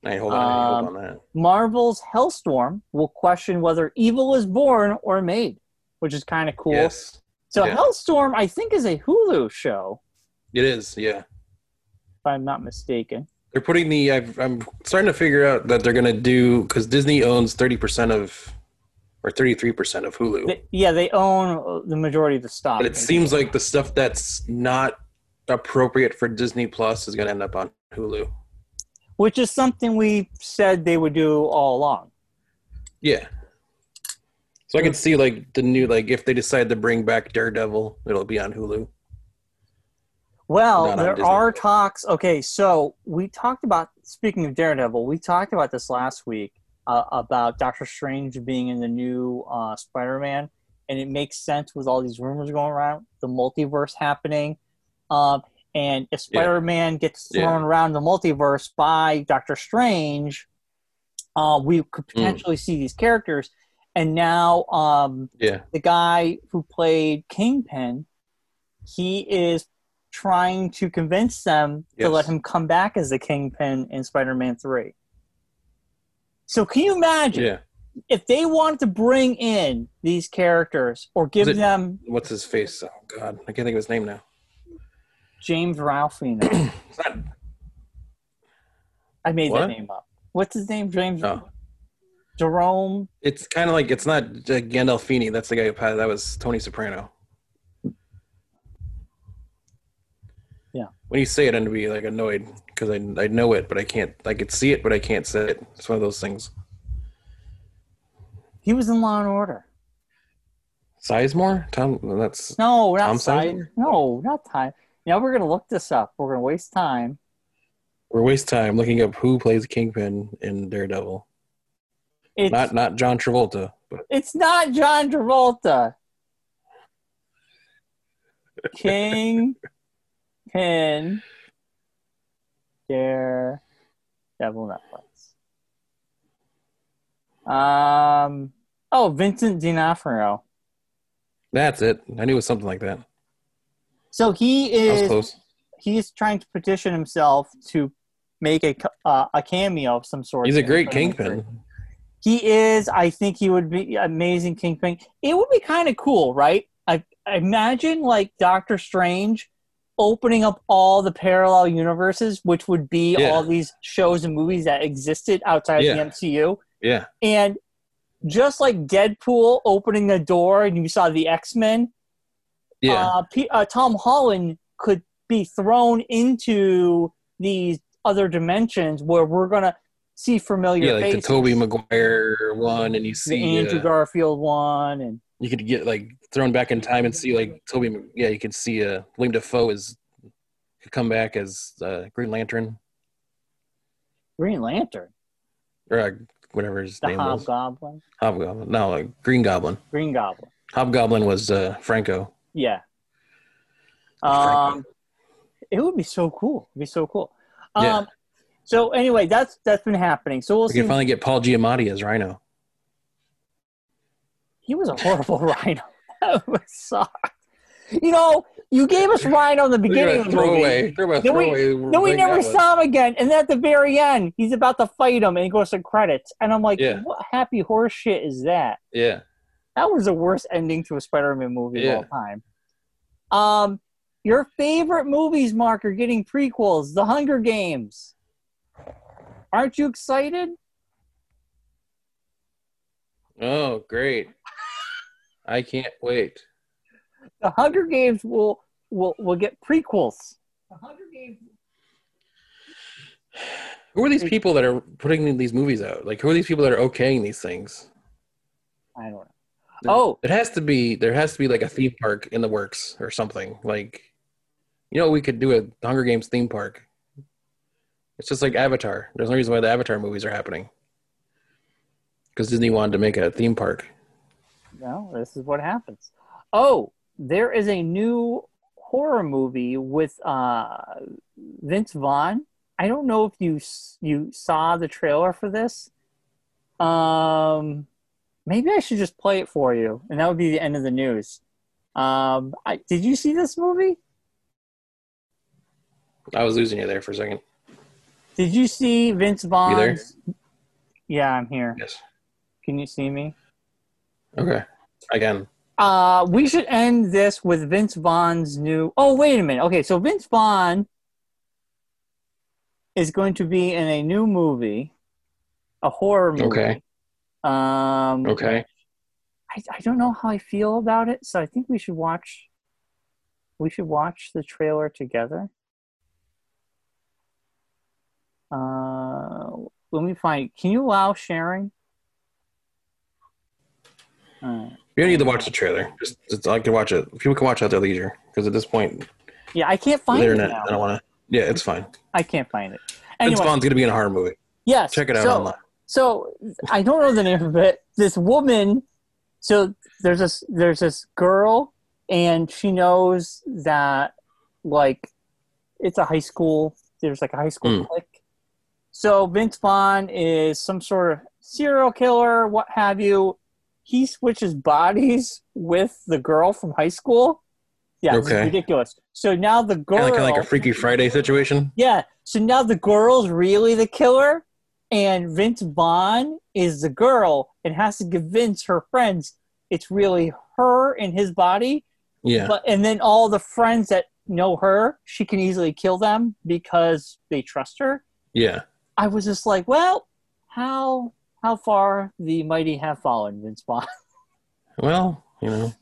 A: I ain't hold on, I ain't
B: Um,
A: hold on that.
B: Marvel's Hellstorm will question whether evil is born or made, which is kind of cool.
A: Yes,
B: so
A: yeah.
B: Hellstorm, I think, is a Hulu show,
A: it is. Yeah.
B: if I'm not mistaken.
A: They're putting the. I've, I'm starting to figure out that they're gonna do because Disney owns thirty percent of, or thirty three percent of Hulu.
B: They, yeah, they own uh, the majority of the stock.
A: but it seems like the stuff that's not appropriate for Disney Plus is gonna end up on Hulu.
B: which is something we said they would do all along.
A: Yeah. So I could see like the new like if they decide to bring back Daredevil, it'll be on Hulu.
B: Well,
A: Not on
B: there
A: Disney.
B: are talks. Okay, so we talked about speaking of Daredevil. We talked about this last week uh, about Doctor Strange being in the new uh, Spider-Man, and it makes sense with all these rumors going around, the multiverse happening, um, and if
A: Yeah.
B: Spider-Man gets
A: Yeah.
B: thrown around the multiverse by Doctor Strange, uh, we could
A: Hmm.
B: potentially see these characters. And now, um,
A: Yeah.
B: the guy who played Kingpin, he is trying to convince them to
A: Yes.
B: let him come back as the Kingpin in Spider-Man 3. So can you imagine
A: Yeah.
B: if they wanted to bring in these characters or give
A: it-
B: them
A: What's his face? Oh God, I can't think of his name now.
B: James Ralphino?
A: It's not.
B: I made
A: What?
B: that name up. What's his name? James
A: Oh.
B: Jerome.
A: It's kind of like it's not uh, Gandolfini. That's the guy who played- that was Tony Soprano.
B: Yeah.
A: When you say it, I'm gonna be like annoyed because I I know it, but I can't. I could see it, but I can't say it. It's one of those things.
B: He was in Law and Order.
A: Sizemore, Tom. That's
B: No, not
A: Tom
B: Sy-
A: Sizemore?
B: No, not time. Now we're gonna look this up. We're gonna waste time.
A: we're waste time looking up who plays Kingpin in Daredevil.
B: It's
A: not not John Travolta, but
B: It's not John Travolta. King Pin Dare Devil Netflix. Um oh Vincent D'Onofrio.
A: that's it. I knew it was something like that.
B: So he
A: I was
B: is
A: close.
B: he's trying to petition himself to make a co- uh, a cameo of some sort.
A: He's a
B: in
A: great
B: Venom three.
A: kingpin.
B: He is. I think he would be amazing Kingpin. It would be kind of cool, right? I, I imagine like Doctor Strange opening up all the parallel universes, which would be
A: Yeah.
B: all these shows and movies that existed outside
A: Yeah.
B: of the MCU.
A: Yeah.
B: And just like Deadpool opening the door and you saw the X Men,
A: Yeah.
B: uh, P- uh, Tom Holland could be thrown into these other dimensions where we're going to see familiar
A: yeah, like the
B: faces.
A: Toby Maguire one and you see
B: the Andrew
A: uh,
B: Garfield one, and
A: you could get like thrown back in time and see like Toby. Mag- Yeah, you could see uh, William Defoe is could come back as uh, Green Lantern
B: Green Lantern,
A: or uh, whatever his
B: the
A: name was.
B: Hobgoblin,
A: Hobgoblin. No, like Green Goblin.
B: Green Goblin.
A: Hobgoblin was uh, Franco.
B: Yeah.
A: Franklin.
B: Um, it would be so cool. It'd be so cool. Um,
A: Yeah.
B: So anyway, that's that's been happening. So we'll
A: We
B: see.
A: can finally get Paul Giamatti as Rhino.
B: he was a horrible Rhino. That was sucked. You know, you gave us Rhino in the beginning of the
A: throwaway.
B: movie.
A: Throwaway.
B: No, we- Then we never saw him again. And then at the very end, he's about to fight him, and it goes to credits. And I'm like,
A: Yeah.
B: what happy horse shit is that?
A: Yeah.
B: That was the worst ending to a Spider-Man movie
A: Yeah.
B: of all time. Um, your favorite movies, Mark, are getting prequels. The Hunger Games. Aren't you excited?
A: Oh, great. I can't wait.
B: The Hunger Games will will will get prequels. The Hunger Games.
A: Who are these people that are putting these movies out? Like, who are these people that are okaying these things?
B: I don't know. Oh.
A: it has to be. There has to be like a theme park in the works or something. Like, you know, we could do a Hunger Games theme park. It's just like Avatar. There's no reason why the Avatar movies are happening. Because Disney wanted to make a theme park.
B: No, this is what happens. Oh, there is a new horror movie with uh, Vince Vaughn. I don't know if you s- you saw the trailer for this. Um, maybe I should just play it for you, and that would be the end of the news. Um, I, did you see this movie?
A: I was losing you there for a second.
B: Did you see Vince
A: there?
B: Vaughn's? Yeah, I'm here.
A: Yes.
B: Can you see me?
A: Okay. Again.
B: Uh, we should end this with Vince Vaughn's new. Oh, wait a minute. Okay, so Vince Vaughn is going to be in a new movie, a horror movie.
A: Okay.
B: Um,
A: Okay.
B: I, I don't know how I feel about it, so I think we should watch. We should watch the trailer together. Uh, let me find. Can you allow sharing? All right.
A: You don't need to watch the trailer. Just, just I can watch it. People can watch it at their leisure. Because at this point,
B: Yeah, I can't
A: the
B: find it
A: internet,
B: now.
A: I don't want to. Yeah, it's fine.
B: I can't find it.
A: It's
B: Anyway,
A: fun. It's going to be in a horror movie.
B: yes.
A: Check it out
B: so,
A: online.
B: So I don't know the name of it. This woman. So there's this there's this girl, and she knows that like it's a high school. There's like a high school
A: Hmm.
B: clique. So Vince Vaughn is some sort of serial killer, what have you. He switches bodies with the girl from high school. Yeah, it's
A: Okay.
B: ridiculous. So now the girl
A: Kind of, like a Freaky Friday situation.
B: yeah. So now the girl's really the killer, and Vince Vaughn is the girl and has to convince her friends it's really her in his body.
A: Yeah.
B: But and then all the friends that know her, she can easily kill them because they trust her.
A: Yeah.
B: I was just like, well, how how far the mighty have fallen, Vince Vaughn.
A: Well, you know,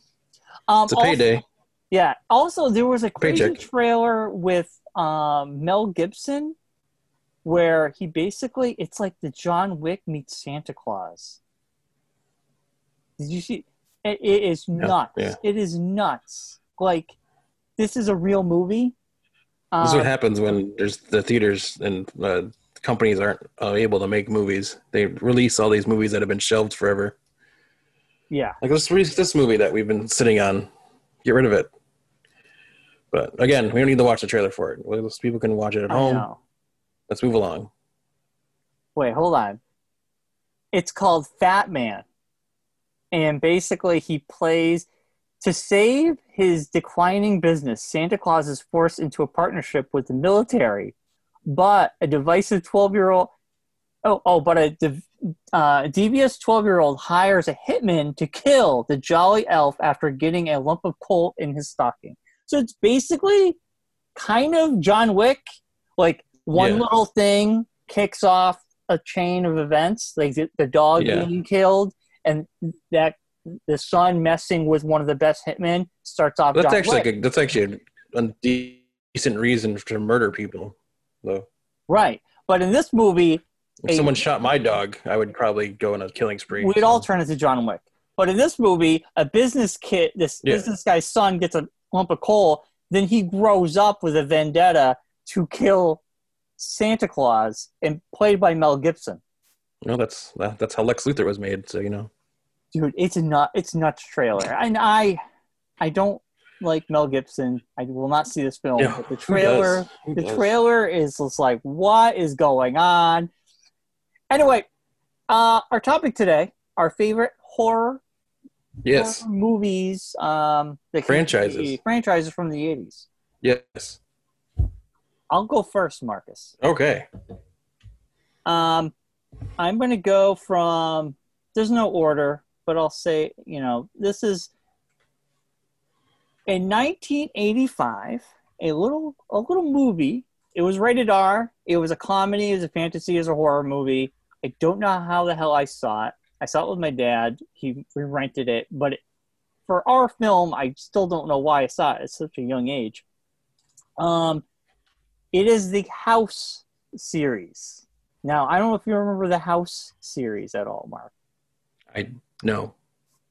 B: Um,
A: it's a
B: also-
A: payday.
B: Yeah. Also, there was a crazy
A: Paycheck.
B: trailer with um, Mel Gibson where he basically it's like the John Wick meets Santa Claus. Did you see? It, it is nuts.
A: yeah.
B: It is nuts. Like this is a real movie.
A: this is
B: Um,
A: what happens when there's the theaters and uh, companies aren't uh, able to make movies. They release all these movies that have been shelved forever.
B: yeah.
A: Like let's release this movie that we've been sitting on. Get rid of it. But again, we don't need to watch the trailer for it. Well, those people can watch it at
B: I
A: home.
B: know.
A: Let's move along.
B: Wait, hold on. It's called Fat Man. And basically, he plays to save his declining business. Santa Claus is forced into a partnership with the military, But a divisive 12 year old, oh, oh, but a div, uh, devious 12 year old hires a hitman to kill the jolly elf after getting a lump of coal in his stocking. So it's basically kind of John Wick. Like one
A: Yeah.
B: little thing kicks off a chain of events, like the, the dog
A: Yeah.
B: being killed, and that the son messing with one of the best hitmen starts off.
A: That's
B: John
A: actually
B: Wick.
A: like a, that's actually a decent reason to murder people, though.
B: right. But in this movie,
A: If
B: Hey.
A: someone shot my dog, I would probably go on a killing spree.
B: we'd all turn into John Wick. But in this movie, a business kid, this
A: Yeah.
B: business guy's son gets a lump of coal. Then he grows up with a vendetta to kill Santa Claus, and played by Mel Gibson.
A: No, that's that, that's how Lex Luthor was made. So you know,
B: Dude, it's a nut, it's nuts trailer, and I, I don't like Mel Gibson. I will not see this film.
A: Yeah,
B: but Oh, the
A: who does?
B: trailer,
A: Who
B: the
A: does?
B: trailer is just like what is going on anyway uh our topic today our favorite horror,
A: Yes,
B: horror movies um the
A: Franchises.
B: franchises from the 80s
A: yes.
B: i'll go first marcus
A: Okay.
B: um i'm gonna go from there's no order but i'll say you know this is in 1985 a little a little movie it was rated r it was a comedy it was a fantasy it was a horror movie i don't know how the hell i saw it i saw it with my dad he we rented it but it, for our film i still don't know why i saw it at such a young age um it is the house series now i don't know if you remember the house series at all mark
A: I no.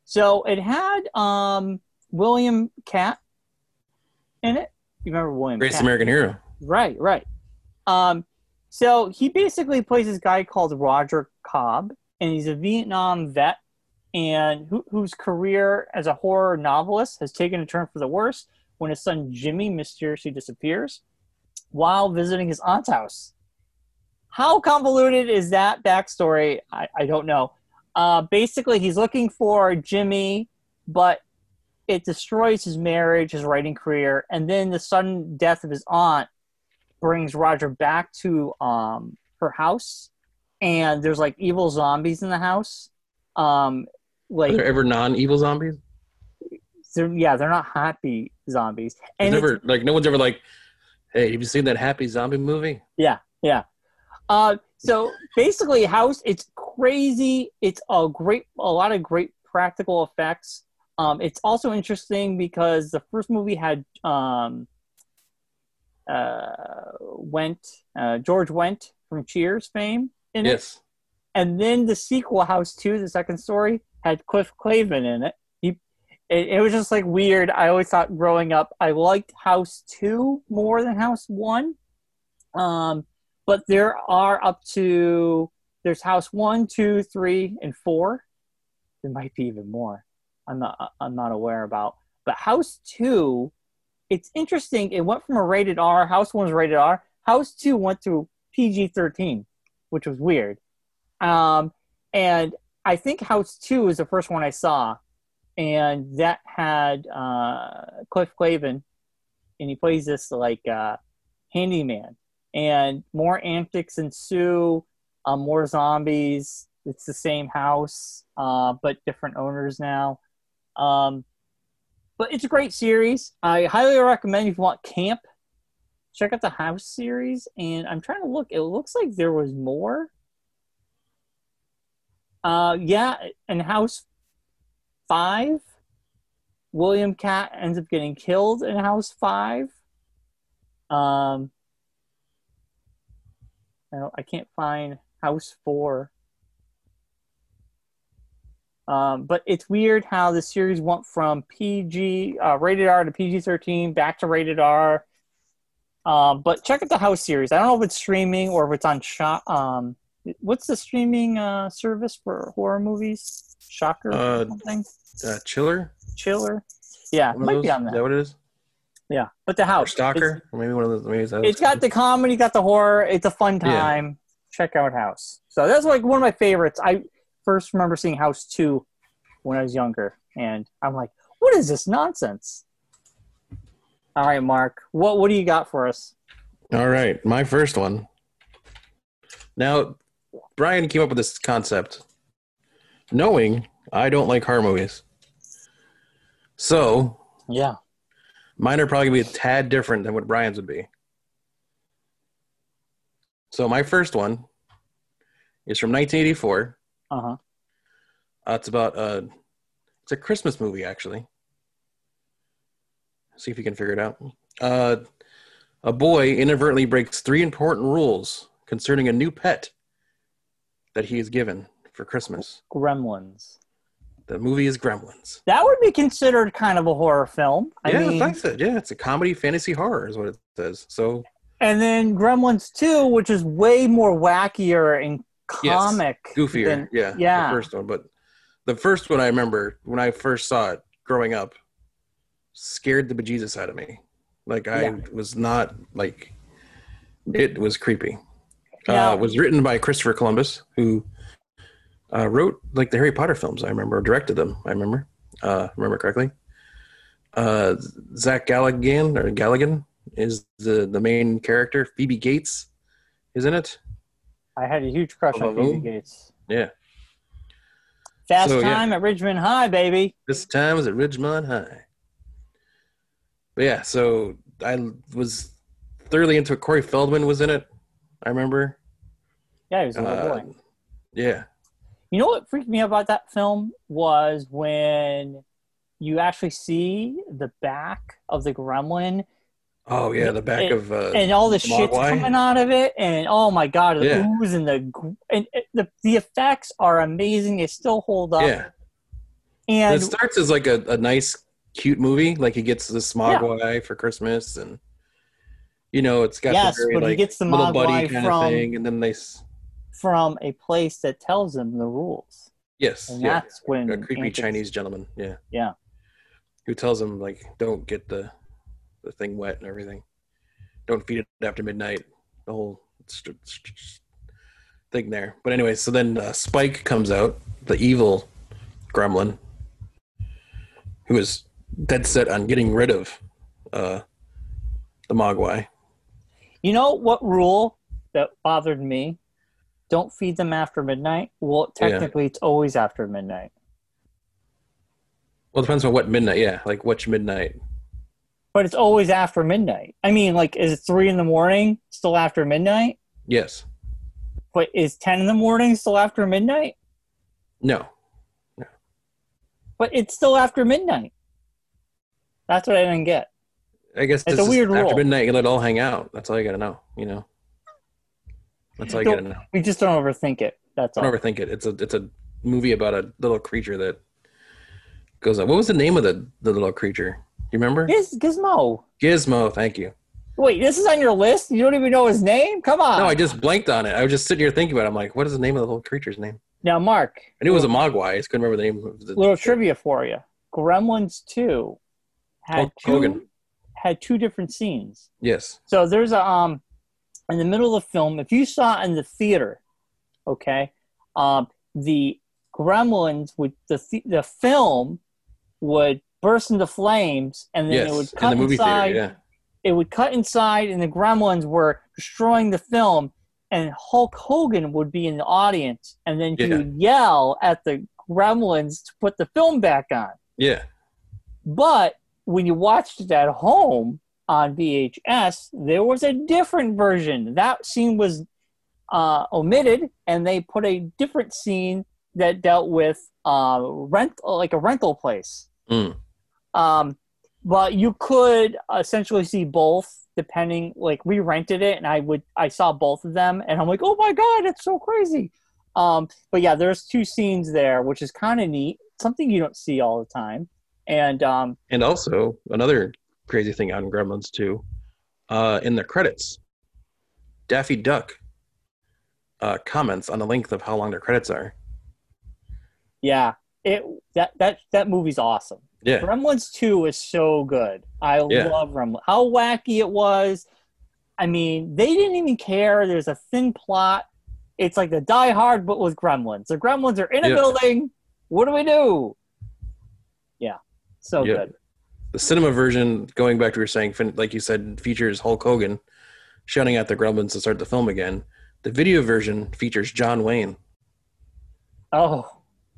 B: so it had um, William Cat in it. You remember William
A: Greatest
B: Cat?
A: American Hero.
B: Right, right. Um, so he basically plays this guy called Roger Cobb, and he's a Vietnam vet, and who, whose career as a horror novelist has taken a turn for the worse when his son Jimmy mysteriously disappears while visiting his aunt's house. How convoluted is that backstory? I, I don't know. Uh, basically, he's looking for Jimmy, but it destroys his marriage, his writing career, and then the sudden death of his aunt brings Roger back to um, her house, and there's like evil zombies in the house. Um,
A: Are
B: like,
A: there ever non-evil zombies?
B: they're, yeah, they're not happy zombies,
A: There's
B: and it's-
A: never like no one's ever like, hey, have you seen that Happy Zombie movie?
B: Uh, so basically, House. It's crazy. It's a great, a lot of great practical effects. Um, it's also interesting because the first movie had um, uh, Went uh, George Went from Cheers fame in it,
A: Yes.
B: and then the sequel, House Two, the second story, had Cliff Clavin in it. He, it, it was just like weird. I always thought growing up, I liked House Two more than House One. Um, but there are up to there's House One, Two, Three, and Four. There might be even more. I'm not I'm not aware about. But House Two, it's interesting. It went from a rated R. House One was rated R. House Two went to PG-13, which was weird. Um, and I think House Two is the first one I saw, and that had uh, Cliff Clavin, and he plays this like uh, handyman, and more antics ensue, uh, more zombies. It's the same house, uh, but different owners now. Um, but it's a great series. I highly recommend if you want camp, check out the House series. And I'm trying to look; it looks like there was more. Uh, yeah, in House Five, William Cat ends up getting killed in House Five. Um, I, don't, I can't find House Four. Um, but it's weird how the series went from PG uh, rated R to PG thirteen, back to rated R. Um, but check out the House series. I don't know if it's streaming or if it's on shot. Um, What's the streaming uh, service for horror movies? Shocker
A: Uh,
B: or something?
A: Uh, Chiller.
B: Chiller? Yeah, it
A: One of
B: might
A: those?
B: be on
A: Is
B: that.
A: that what it is?
B: Yeah, but the
A: Or
B: house.
A: Stalker, or maybe one of those. Maybe it's,
B: It's, it's got the comedy, got the horror. It's a fun
A: Yeah.
B: time. Check out House. So that's like one of my favorites. I first remember seeing House two when I was younger, and I'm like, "What is this nonsense?" All right, Mark, what what do you got for us?
A: All right, my first one. Now, Brian came up with this concept, knowing I don't like horror movies. So
B: Yeah.
A: mine are probably gonna be a tad different than what Brian's would be. So my first one is from 1984.
B: Uh huh.
A: Uh, it's about a it's a Christmas movie actually. See if you can figure it out. Uh, a boy inadvertently breaks three important rules concerning a new pet that he is given for Christmas.
B: Gremlins.
A: The movie is Gremlins.
B: That would be considered kind of a horror film. I
A: yeah,
B: mean,
A: that's it. Yeah, it's a comedy fantasy horror is what it says. So
B: and then Gremlins 2, which is way more wackier and
A: Yes.
B: comic.
A: goofier.
B: than-
A: yeah, the
B: yeah.
A: first one, but the first one I remember when I first saw it growing up scared the bejesus out of me. Like I
B: Yeah.
A: was not like it was creepy.
B: Now-
A: Uh, it was written by Christopher Columbus, who uh, wrote like the Harry Potter films. I remember or directed them. I remember. Uh, remember correctly. Uh, Zach Galligan or Galligan is the the main character. Phoebe Gates is in it.
B: I had a huge crush on
A: Hello?
B: Phoebe Gates.
A: Yeah.
B: Fast
A: So, yeah.
B: time at Ridgemont High, baby.
A: This time is at Ridgemont High. But yeah, so I was thoroughly into it. Corey Feldman was in it. I remember.
B: Yeah, he was a little
A: Uh,
B: boy.
A: yeah.
B: You know what freaked me out about that film was when you actually see the back of the gremlin
A: Oh yeah, the back
B: And-
A: of uh,
B: and all the shit's
A: Mogwai?
B: coming out of it, and oh my god, the
A: Yeah.
B: ooze and the gr- and it, the the effects are amazing. They still hold up.
A: yeah.
B: And
A: it starts as like a, a nice cute movie like he gets the smogwai for christmas and you know it's got
B: Yes,
A: the very,
B: but he
A: like,
B: gets the
A: little buddy
B: Mogwai
A: kind
B: from-
A: of thing and then they s-
B: from a place that tells them the rules,
A: yes
B: and
A: yeah
B: that's when
A: a creepy
B: Anthony-
A: chinese gentleman yeah
B: Yeah.
A: who tells him like don't get the the thing wet and everything don't feed it after midnight the whole st- st- st- thing there but anyway so then uh, spike comes out the evil gremlin who is dead set on getting rid of uh the mogwai
B: You know what rule that bothered me? Don't feed them after midnight. Well,
A: Yeah.
B: technically, it's always after midnight.
A: Well, it depends on what midnight. Yeah, like which midnight.
B: But it's always after midnight. I mean, like, is it three in the morning still after midnight?
A: Yes.
B: But is ten in the morning still after midnight?
A: No.
B: But it's still after midnight. That's what I didn't get.
A: I guess
B: It's
A: this
B: a
A: is
B: weird
A: after
B: rule.
A: midnight. You let it all hang out. That's all you gotta know. You know. That's all you gotta know.
B: We just don't overthink it. That's all.
A: Don't overthink it. It's a it's a movie about a little creature that goes on. What was the name of the the little creature? You remember?
B: Giz- Gizmo.
A: Gizmo. Thank you.
B: Wait, this is on your list? You don't even know his name? Come on.
A: No, I just blanked on it. I was just sitting here thinking about. it. I'm like, what is the name of the little creature's name?
B: now, Mark,
A: I knew it was a mogwai. I just couldn't remember the name. Of the,
B: little trivia for you. Gremlins 2 had,
A: Hulk Oh, Hogan.
B: two, had two different scenes.
A: Yes.
B: So there's a, um, in the middle of the film, if you saw it in the theater, okay, um, the gremlins would, the, th- the film would burst into flames and then
A: Yes.
B: it would
A: In
B: cut
A: the movie
B: inside
A: theater. Yeah.
B: it would cut inside and the gremlins were destroying the film and hulk hogan would be in the audience and then he
A: Yeah.
B: would yell at the gremlins to put the film back on
A: Yeah.
B: but when you watched it at home on vhs there was a different version that scene was uh, omitted and they put a different scene that dealt with uh, rent like a rental place
A: Mm.
B: um, but you could essentially see both depending like we rented it and i would i saw both of them and i'm like oh my god it's so crazy um, but yeah there's two scenes there which is kind of neat something you don't see all the time and um,
A: And also another crazy thing on Gremlins too, uh, in the credits, Daffy Duck uh, comments on the length of how long their credits are.
B: yeah it that that that movie's awesome
A: Yeah,
B: gremlins 2 is so good i
A: Yeah.
B: love gremlins how wacky it was i mean they didn't even care there's a thin plot it's like the die hard but with gremlins the gremlins are in a
A: Yeah.
B: building what do we do yeah so
A: Yeah.
B: good
A: the cinema version, going back to what you were saying, fin- like you said, features Hulk Hogan shouting at the gremlins to start the film again. The video version features John Wayne.
B: Oh,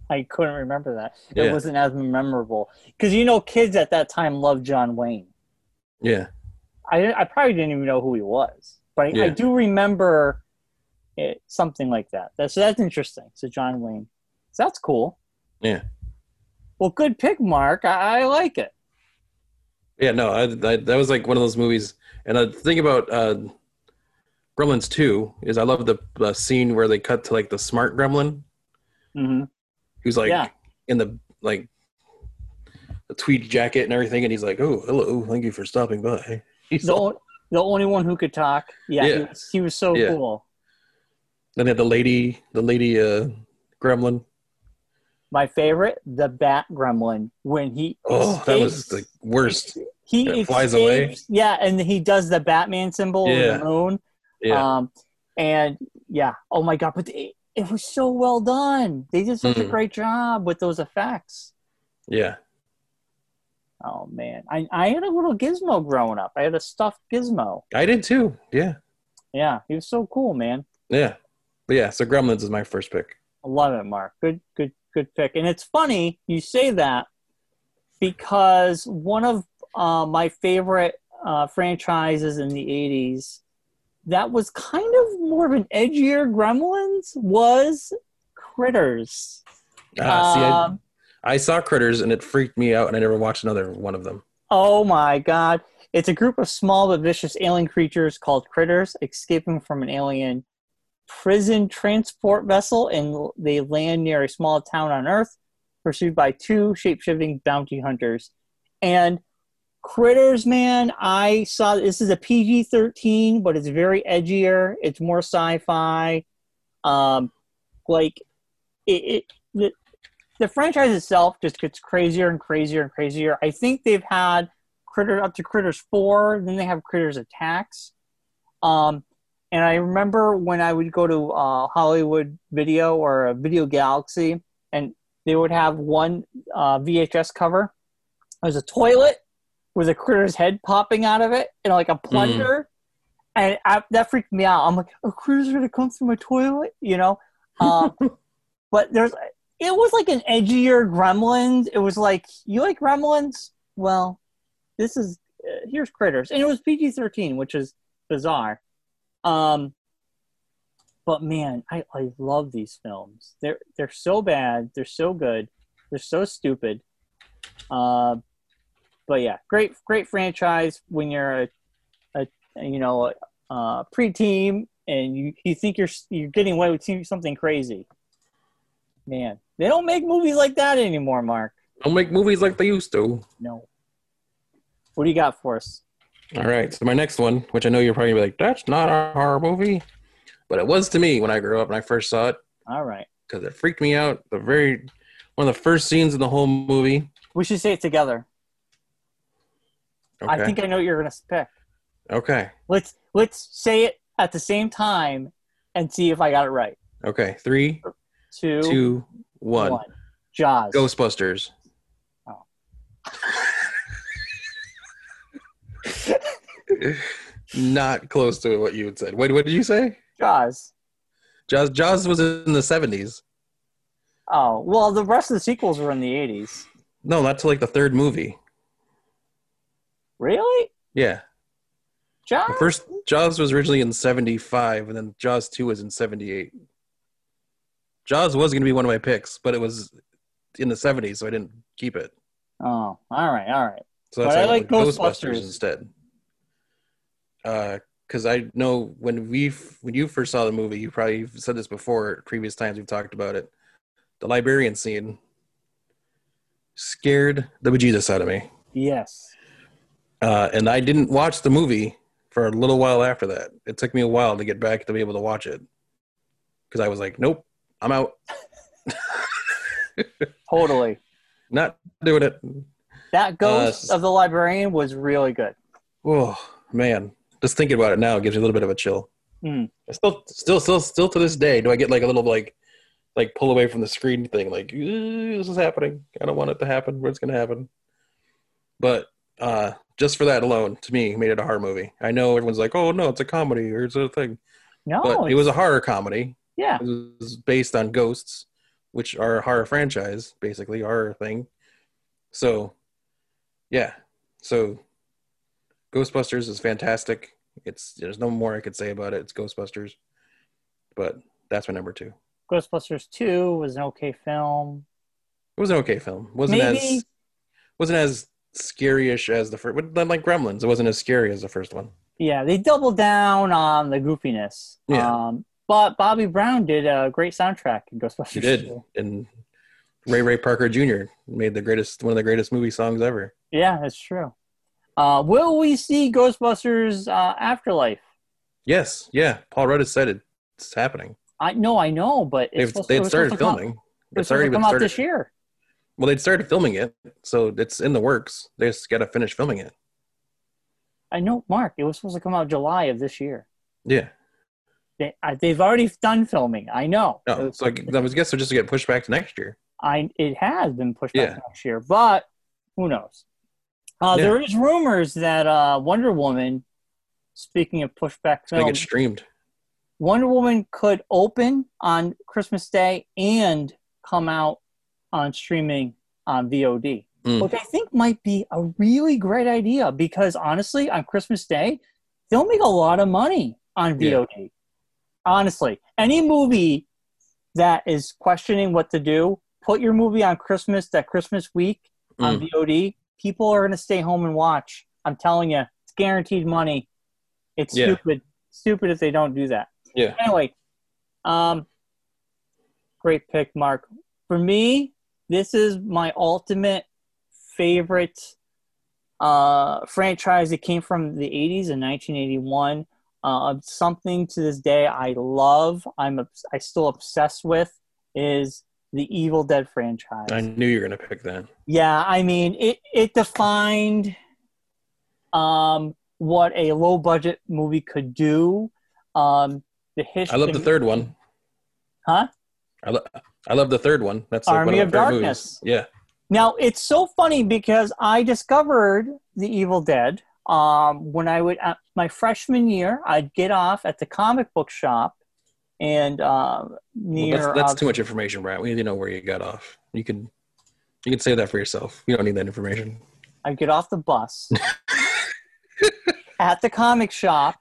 B: I couldn't remember that. It
A: Yeah.
B: wasn't as memorable because you know kids at that time loved John Wayne.
A: Yeah,
B: I I probably didn't even know who he was, but I, I
A: Yeah.
B: do remember it, something like that. That's so that's interesting. So John Wayne, so that's cool.
A: Yeah.
B: Well, good pick, Mark. I, I like it.
A: yeah. No, I, I, that was like one of those movies. And the thing about uh, Gremlins Two is I love the uh, scene where they cut to like the smart gremlin
B: hmm
A: who's like
B: Yeah.
A: in the like the tweed jacket and everything, and he's like, "Oh, hello, thank you for stopping by." He's
B: The
A: all-
B: on- the only one who could talk. Yeah, He,
A: Yeah.
B: was, he was so
A: Yeah.
B: cool.
A: Then they had the lady, the lady uh, gremlin.
B: My favorite, the Bat Gremlin, when he
A: Oh, that was
B: escapes-
A: the worst.
B: he
A: It flies away.
B: escapes- Yeah, and he does the Batman symbol
A: Yeah.
B: on the moon.
A: Yeah.
B: Um, and yeah, oh my god, but it, it was so well done. They did such a
A: Mm.
B: great job with those effects.
A: Yeah.
B: Oh man, I I had a little Gizmo growing up. I had a stuffed Gizmo.
A: I did too. Yeah.
B: Yeah, he was so cool, man.
A: Yeah. But yeah. So Gremlins is my first pick.
B: I love it, Mark. Good, good, good pick. And it's funny you say that because one of uh, my favorite uh, franchises in the '80s that was kind of more of an edgier Gremlins was Critters.
A: Ah, see, I-
B: Um,
A: I, saw Critters and it freaked me out, and I never watched another one of them.
B: oh my God! It's a group of small but vicious alien creatures called Critters escaping from an alien prison transport vessel, and they land near a small town on Earth, pursued by two shape-shifting bounty hunters. And Critters, man, I saw this is a PG-13, but it's very edgier. It's more sci-fi. Um, like it, it the, the franchise itself just gets crazier and crazier and crazier. I think they've had Critter up to Critters Four, then they have Critters Attacks. Um, and I remember when I would go to uh, Hollywood Video or uh, Video Galaxy, and they would have one uh, VHS cover. It was a toilet with a critter's head popping out of it and like a plunger. And I, that freaked me out. I'm like, a critter's going to come through my toilet, you know? Um, but there's, it was like an edgier Gremlins. It was like, you like Gremlins? Well, this is, uh, here's critters. And it was PG 13, which is bizarre. Um, but man, I, I love these films. They're they're so bad. They're so good. They're so stupid. Uh, but yeah, great great franchise when you're a, a you know a, a pre-team and you, you think you're you're getting away with something crazy. Man, they don't make movies like that anymore, Mark.
A: Don't make movies like they used to.
B: No. What do you got for us?
A: All right. So my next one, which I know you're probably gonna be like, that's not a horror movie, but it was to me when I grew up and I first saw it
B: All right,
A: because it freaked me out. The very one of the first scenes in the whole movie.
B: we should say it together.
A: Okay.
B: I think I know what you're gonna pick.
A: okay.
B: Let's let's say it at the same time and see if I got it right.
A: Okay. Three,
B: Two,
A: two, one.
B: one. Jaws.
A: Ghostbusters.
B: Oh.
A: Not close to what you had said. Wait, what did you say?
B: Jaws.
A: Jaws, Jaws was in the 70s.
B: Oh well, the rest of the sequels were in the '80s.
A: No, not till like the third movie.
B: Really,
A: Yeah.
B: Jaws?
A: The
B: Um,
A: first Jaws was originally in 75, and then Jaws 2 was in 78. Jaws was going to be one of my picks, but it was in the 70s, so I didn't keep it.
B: Oh, all right, all right.
A: So
B: But I
A: why
B: like
A: went
B: Ghostbusters.
A: instead. Because I know when we f- when you first saw the movie, you probably you've said this before. Previous times we've talked about it, the Liberian scene scared the bejesus out of me,
B: Yes.
A: uh, and I didn't watch the movie for a little while after that. It took me a while to get back to be able to watch it because I was like, "Nope, I'm out,
B: Totally.
A: not doing it."
B: That Ghost
A: Uh,
B: of the Librarian was really good.
A: Oh man, just thinking about it now gives me a little bit of a chill.
B: Mm.
A: I still, still, still, still to this day, do I get like a little like, like pull away from the screen thing? Like "Ooh, this is happening. I don't want it to happen. What's gonna happen? But uh, just for that alone, to me, made it a horror movie. I know everyone's like, "Oh no, it's a comedy or it's a thing,"
B: No,
A: but it
B: Oh, it's-
A: was a horror comedy.
B: yeah,
A: It was based on ghosts, which are a horror franchise, basically horror thing. So, yeah. So, Ghostbusters is fantastic. It's there's no more I could say about it. It's Ghostbusters, but that's my number two.
B: Ghostbusters Two was an okay film.
A: It was an okay film. wasn't
B: Maybe-
A: as wasn't as scaryish as the first. But then, like Gremlins, it wasn't as scary as the first one.
B: Yeah, they doubled down on the goofiness.
A: Yeah.
B: Um, but Bobby Brown did a great soundtrack in Ghostbusters.
A: You did,
B: 2.
A: and Ray Ray Parker Jr. made the greatest one of the greatest movie songs ever.
B: Yeah, that's true. Uh, will we see Ghostbusters uh, Afterlife?
A: Yes, yeah. Paul Rudd has said it. It's happening.
B: I no, I know, but it's
A: They've
B: supposed, it
A: they've
B: was
A: started
B: supposed to come-
A: filming.
B: it was
A: it's
B: supposed
A: already
B: to come
A: been
B: out
A: started.
B: this year.
A: Well, they'd started filming it, so it's in the works. They just got to finish filming it.
B: I know, Mark. It was supposed to come out July of this year.
A: Yeah.
B: They, I, they've already done filming. I know. It
A: No.
B: was-
A: So I, gu- I was guess they're just to get pushed back to next year.
B: I it has been pushed back
A: Yeah.
B: to next year, but who knows? Uh,
A: Yeah.
B: There is rumors that uh, Wonder Woman. Speaking of pushback
A: It's gonna
B: film,
A: get streamed.
B: Wonder Woman could open on Christmas Day and come out on streaming on VOD,
A: Mm.
B: which I think might be a really great idea because honestly, on Christmas Day, they'll make a lot of money on
A: Yeah.
B: VOD. Honestly, any movie that is questioning what to do, put your movie on Christmas, that Christmas week on
A: Mm.
B: VOD. People are going to stay home and watch. I'm telling you, it's guaranteed money. It's
A: Yeah.
B: stupid, stupid if they don't do that
A: Yeah.
B: anyway, um, great pick, Mark. For me, this is my ultimate favorite uh, franchise. It came from the 80s in 1981. Uh, something to this day I love. I'm obs- I still obsessed with is the Evil Dead franchise.
A: I knew you were gonna pick that.
B: Yeah, I mean it it defined um what a low budget movie could do. Um the history
A: I love the third one.
B: Huh?
A: I love I love the third one. That's like
B: Army
A: one
B: of
A: my favorite
B: Darkness.
A: Movies. Yeah.
B: Now it's so funny because I discovered The Evil Dead um, when I would uh, my freshman year. I'd get off at the comic book shop and uh,
A: Well,
B: near
A: that's that's
B: uh,
A: too much information, Brad. We need to know where you got off. You can you can save that for yourself. You don't need that information.
B: I'd get off the bus at the comic shop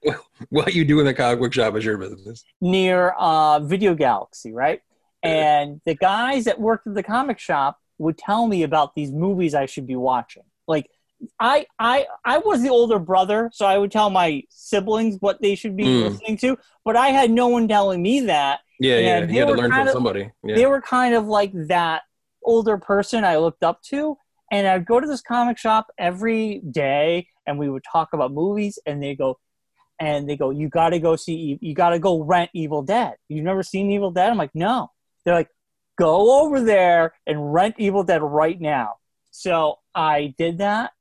A: What you do in the comic book shop is your business.
B: near uh, Video Galaxy, right? And the guys that worked at the comic shop would tell me about these movies I should be watching. Like, I I I was the older brother, so I would tell my siblings what they should be
A: Hmm.
B: listening to, but I had no one telling me that.
A: Yeah,
B: Yeah,
A: yeah.
B: they
A: You had to
B: were
A: learn from
B: kinda-
A: somebody. Yeah.
B: They were kind of like that older person I looked up to, and I'd go to this comic shop every day, and we would talk about movies, and they go, and they go, "You got to go see, E- you got to go rent Evil Dead. You've never seen Evil Dead?" I'm like, "No." They're like, "Go over there and rent Evil Dead right now." So I did that.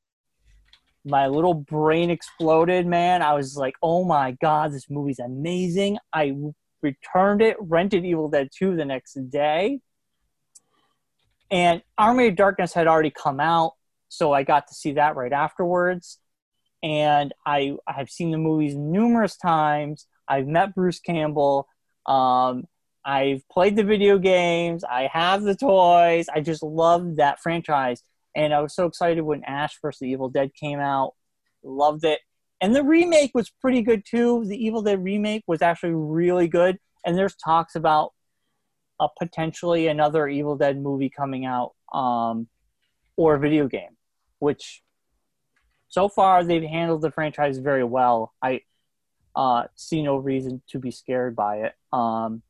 B: My little brain exploded, man. I was like, "Oh my god, this movie's amazing!" I returned it, rented Evil Dead 2 the next day, and Army of Darkness had already come out, so I got to see that right afterwards. And I I have seen the movies numerous times. I've met Bruce Campbell. Um, I've played the video games. I have the toys. I just love that franchise, and I was so excited when Ash vs. the Evil Dead came out. Loved it. And the remake was pretty good too. The Evil Dead remake was actually really good. And there's talks about a potentially another Evil Dead movie coming out um, or a video game, which so far they've handled the franchise very well. I uh, see no reason to be scared by it. Um,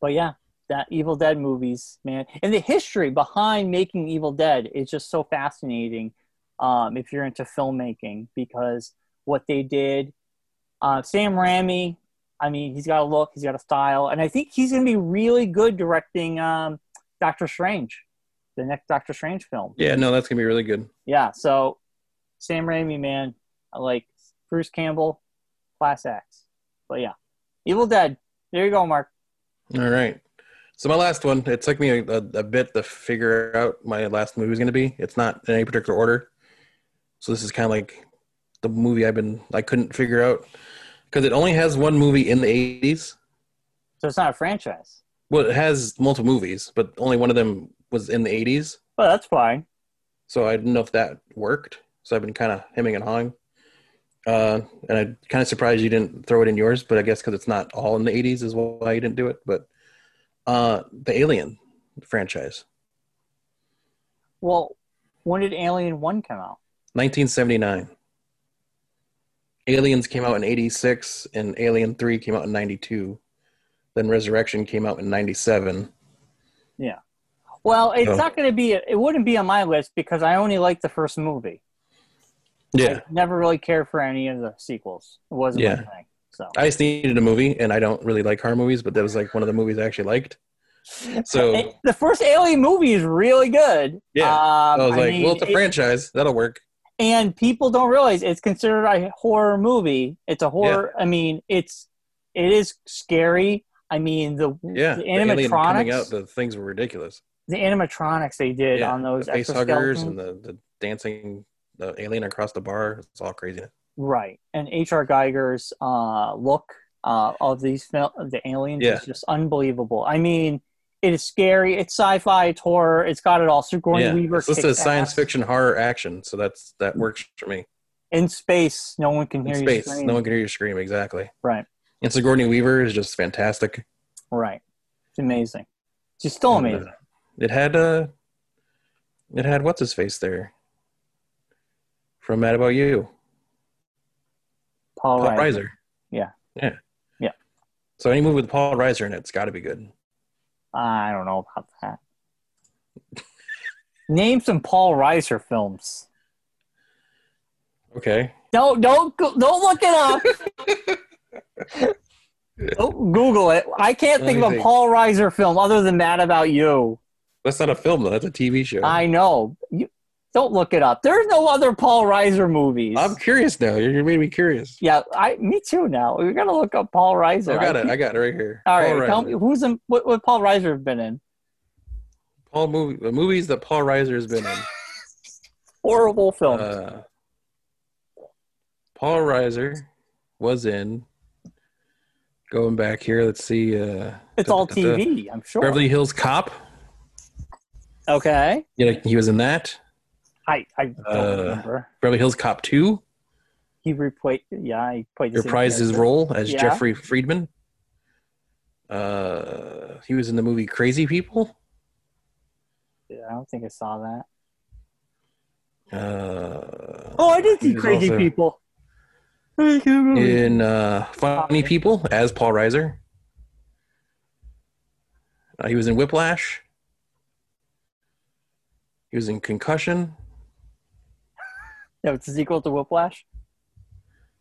B: but yeah, that Evil Dead movies, man, and the history behind making Evil Dead is just so fascinating. Um, if you're into filmmaking, because what they did, uh, Sam Raimi, I mean, he's got a look, he's got a style, and I think he's going to be really good directing um, Doctor Strange, the next Doctor Strange film.
A: yeah, no, that's gonna be really good.
B: Yeah, so Sam Raimi, man, I like Bruce Campbell, class acts. But yeah, Evil Dead. There you go, Mark.
A: All right. So my last one, it took me a, a, a bit to figure out my last movie was going to be. It's not in any particular order. So this is kind of like the movie I've been I couldn't figure out because it only has one movie in the eighties.
B: So it's not a franchise.
A: Well, it has multiple movies, but only one of them was in the eighties.
B: Well, that's fine.
A: So I didn't know if that worked. So I've been kind of hemming and hawing. Uh, and I'm kind of surprised you didn't throw it in yours, but I guess because it's not all in the 80s is why you didn't do it. But uh, the Alien franchise,
B: Well, when did Alien One come out?
A: 1979. Aliens came out in 86, and Alien 3 came out in 92. Then Resurrection came out in 97.
B: Well, it's
A: Oh.
B: not going to be. It wouldn't be on my list because I only liked the first movie. I never really cared for any of the sequels. It wasn't
A: Yeah.
B: my thing. So
A: I just needed a movie, and I don't really like horror movies, but that was like one of the movies I actually liked. So
B: It- the first Alien movie is really good.
A: Yeah.
B: um,
A: I was like,
B: mean,
A: well, it's a
B: it-
A: franchise. That'll work.
B: and people don't realize it's considered a horror movie. It's a horror. I mean, it's it is scary. I mean, the
A: Yeah.
B: the
A: alien coming
B: animatronics-
A: out, the things were ridiculous.
B: the animatronics they did
A: Yeah,
B: on those
A: the face huggers
B: exoskeletons,
A: and the, the dancing the alien across the bar it's all craziness
B: right? And H.R. Geiger's uh, look uh, of these fil- of the aliens
A: Yeah.
B: is just unbelievable. I mean, it is scary. It's sci-fi. It's horror. It's got it all. Sigourney
A: yeah
B: Weaver.
A: it's listed
B: kicks
A: as science
B: ass.
A: fiction horror action so that's that works for me
B: in space. No one can
A: in
B: hear
A: space
B: you. Scream.
A: no one can hear you scream exactly
B: Right.
A: and Sigourney Weaver is just fantastic
B: Right. It's amazing. She's still
A: And, uh,
B: amazing.
A: it had uh it had what's his face there from Mad About You
B: Paul,
A: Paul
B: Reiser.
A: Reiser
B: Yeah.
A: yeah
B: Yeah.
A: so any movie with Paul Reiser in it's got to be good
B: I don't know about that. Name some Paul Reiser films.
A: okay
B: Don't don't go- don't look it up. don't Google it. I can't
A: Let
B: think
A: me
B: of a
A: think.
B: Paul Reiser film other than Mad About You.
A: that's not a film though that's a TV show
B: I know. You, don't look it up. There's no other Paul Reiser movies.
A: I'm curious now you're you made me curious
B: yeah, I me too. Now we're gonna look up Paul Reiser.
A: I got
B: I
A: it.
B: keep-
A: I got it right here.
B: all right,
A: Paul
B: tell
A: Reiser.
B: me who's in what, what Paul Reiser have been in?
A: Paul movie, the movies that Paul Reiser has been in.
B: Horrible films.
A: Uh, Paul Reiser was in. Going back here, let's see. Uh,
B: it's all
A: da- da- da.
B: TV. I'm sure.
A: Beverly Hills Cop.
B: Okay.
A: Yeah, he was in that.
B: I I don't
A: Uh,
B: remember.
A: Beverly Hills Cop Two.
B: He replayed. Yeah, he played.
A: He
B: the same
A: reprised his
B: character.
A: role as
B: Yeah.
A: Jeffrey Friedman. Uh, he was in the movie Crazy People.
B: Yeah, I don't think I saw that.
A: Uh,
B: Oh, I did
A: he
B: see
A: was
B: Crazy
A: also
B: People. I can't remember.
A: in uh, Funny People as Paul Reiser. Uh, he was in Whiplash. He was in Concussion.
B: No, it's a sequel to Whiplash.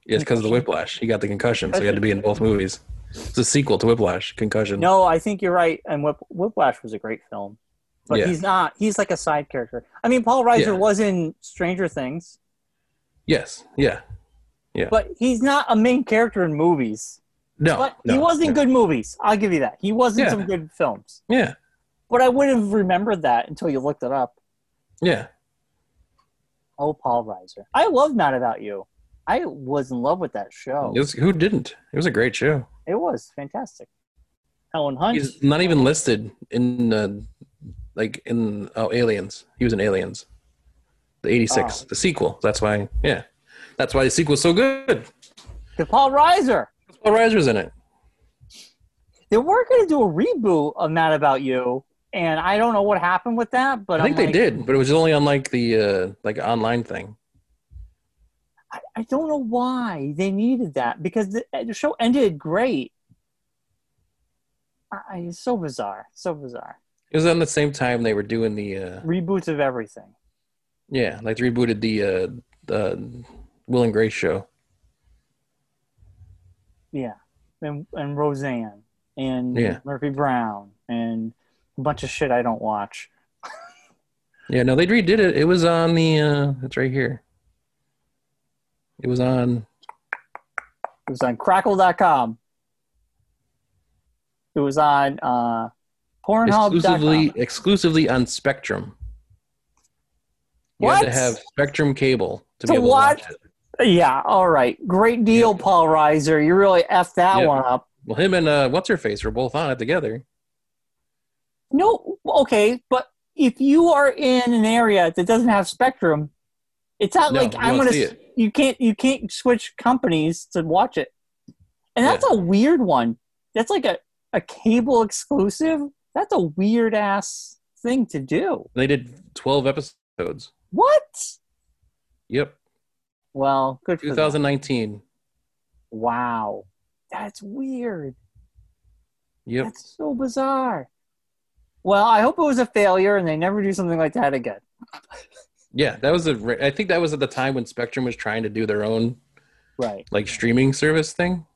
A: Yes, because of the Whiplash, he got the concussion, so he had to be in both movies. It's a sequel to Whiplash, Concussion.
B: No, I think you're right. And Whip, Whiplash was a great film, but
A: Yeah.
B: he's not. He's like a side character. I mean, Paul Reiser
A: Yeah.
B: was in Stranger Things,
A: Yes, yeah,
B: but he's not a main character in movies.
A: no,
B: but
A: no,
B: he was in
A: no.
B: good movies. I'll give you that. He was in
A: Yeah.
B: some good films.
A: Yeah,
B: But I would have remembered that until you looked it up.
A: yeah.
B: Oh, Paul Reiser. I love Not About You. I was in love with that show.
A: It was- who didn't? It was a great show.
B: It was fantastic. Helen Hunt.
A: He's not even listed in uh, like in oh Aliens. He was in Aliens, the '86,
B: Oh.
A: the sequel. That's why, yeah, that's why the sequel's so good.
B: the Paul Reiser.
A: Paul Reiser's in it.
B: They were going to do a reboot of Not About You, and I don't know what happened with that. But
A: I think
B: I'm
A: they
B: like,
A: did, but it was only on like the uh, like online thing.
B: I, I don't know why they needed that because the, eh, the show ended great. I, I- it's so bizarre. So bizarre.
A: It was on the same time they were doing the uh,
B: Reboots of everything.
A: yeah, like they rebooted the uh, the Will and Grace show.
B: Yeah. And, and Roseanne and
A: Yeah.
B: Murphy Brown and a bunch of shit I don't watch.
A: Yeah, no, they redid it. It was on the uh, it's right here. It was on
B: It was on crackle.com. It was on uh,
A: exclusively
B: pornhub.com.
A: exclusively on Spectrum. You had
B: What?
A: to have Spectrum cable to,
B: To
A: be able
B: watch?
A: to watch it.
B: Yeah, all right. Great deal,
A: Yeah.
B: Paul Reiser. You really effed that
A: Yeah.
B: one up.
A: Well, him and uh, what's her face were both on it together.
B: No, okay, but if you are in an area that doesn't have Spectrum, it's not
A: No,
B: like
A: you
B: I'm
A: won't
B: gonna.
A: see
B: s- You can't. You can't switch companies to watch it, and that's a weird one. That's like a a cable exclusive. That's a weird ass thing to do.
A: They did twelve episodes.
B: What?
A: Yep,
B: Well, good for them.
A: 2019.
B: Wow, that's weird.
A: Yep,
B: That's so bizarre. Well, I hope it was a failure and they never do something like that again.
A: yeah, that was a. ra- I think that was at the time when Spectrum was trying to do their own
B: Right.
A: like streaming service thing.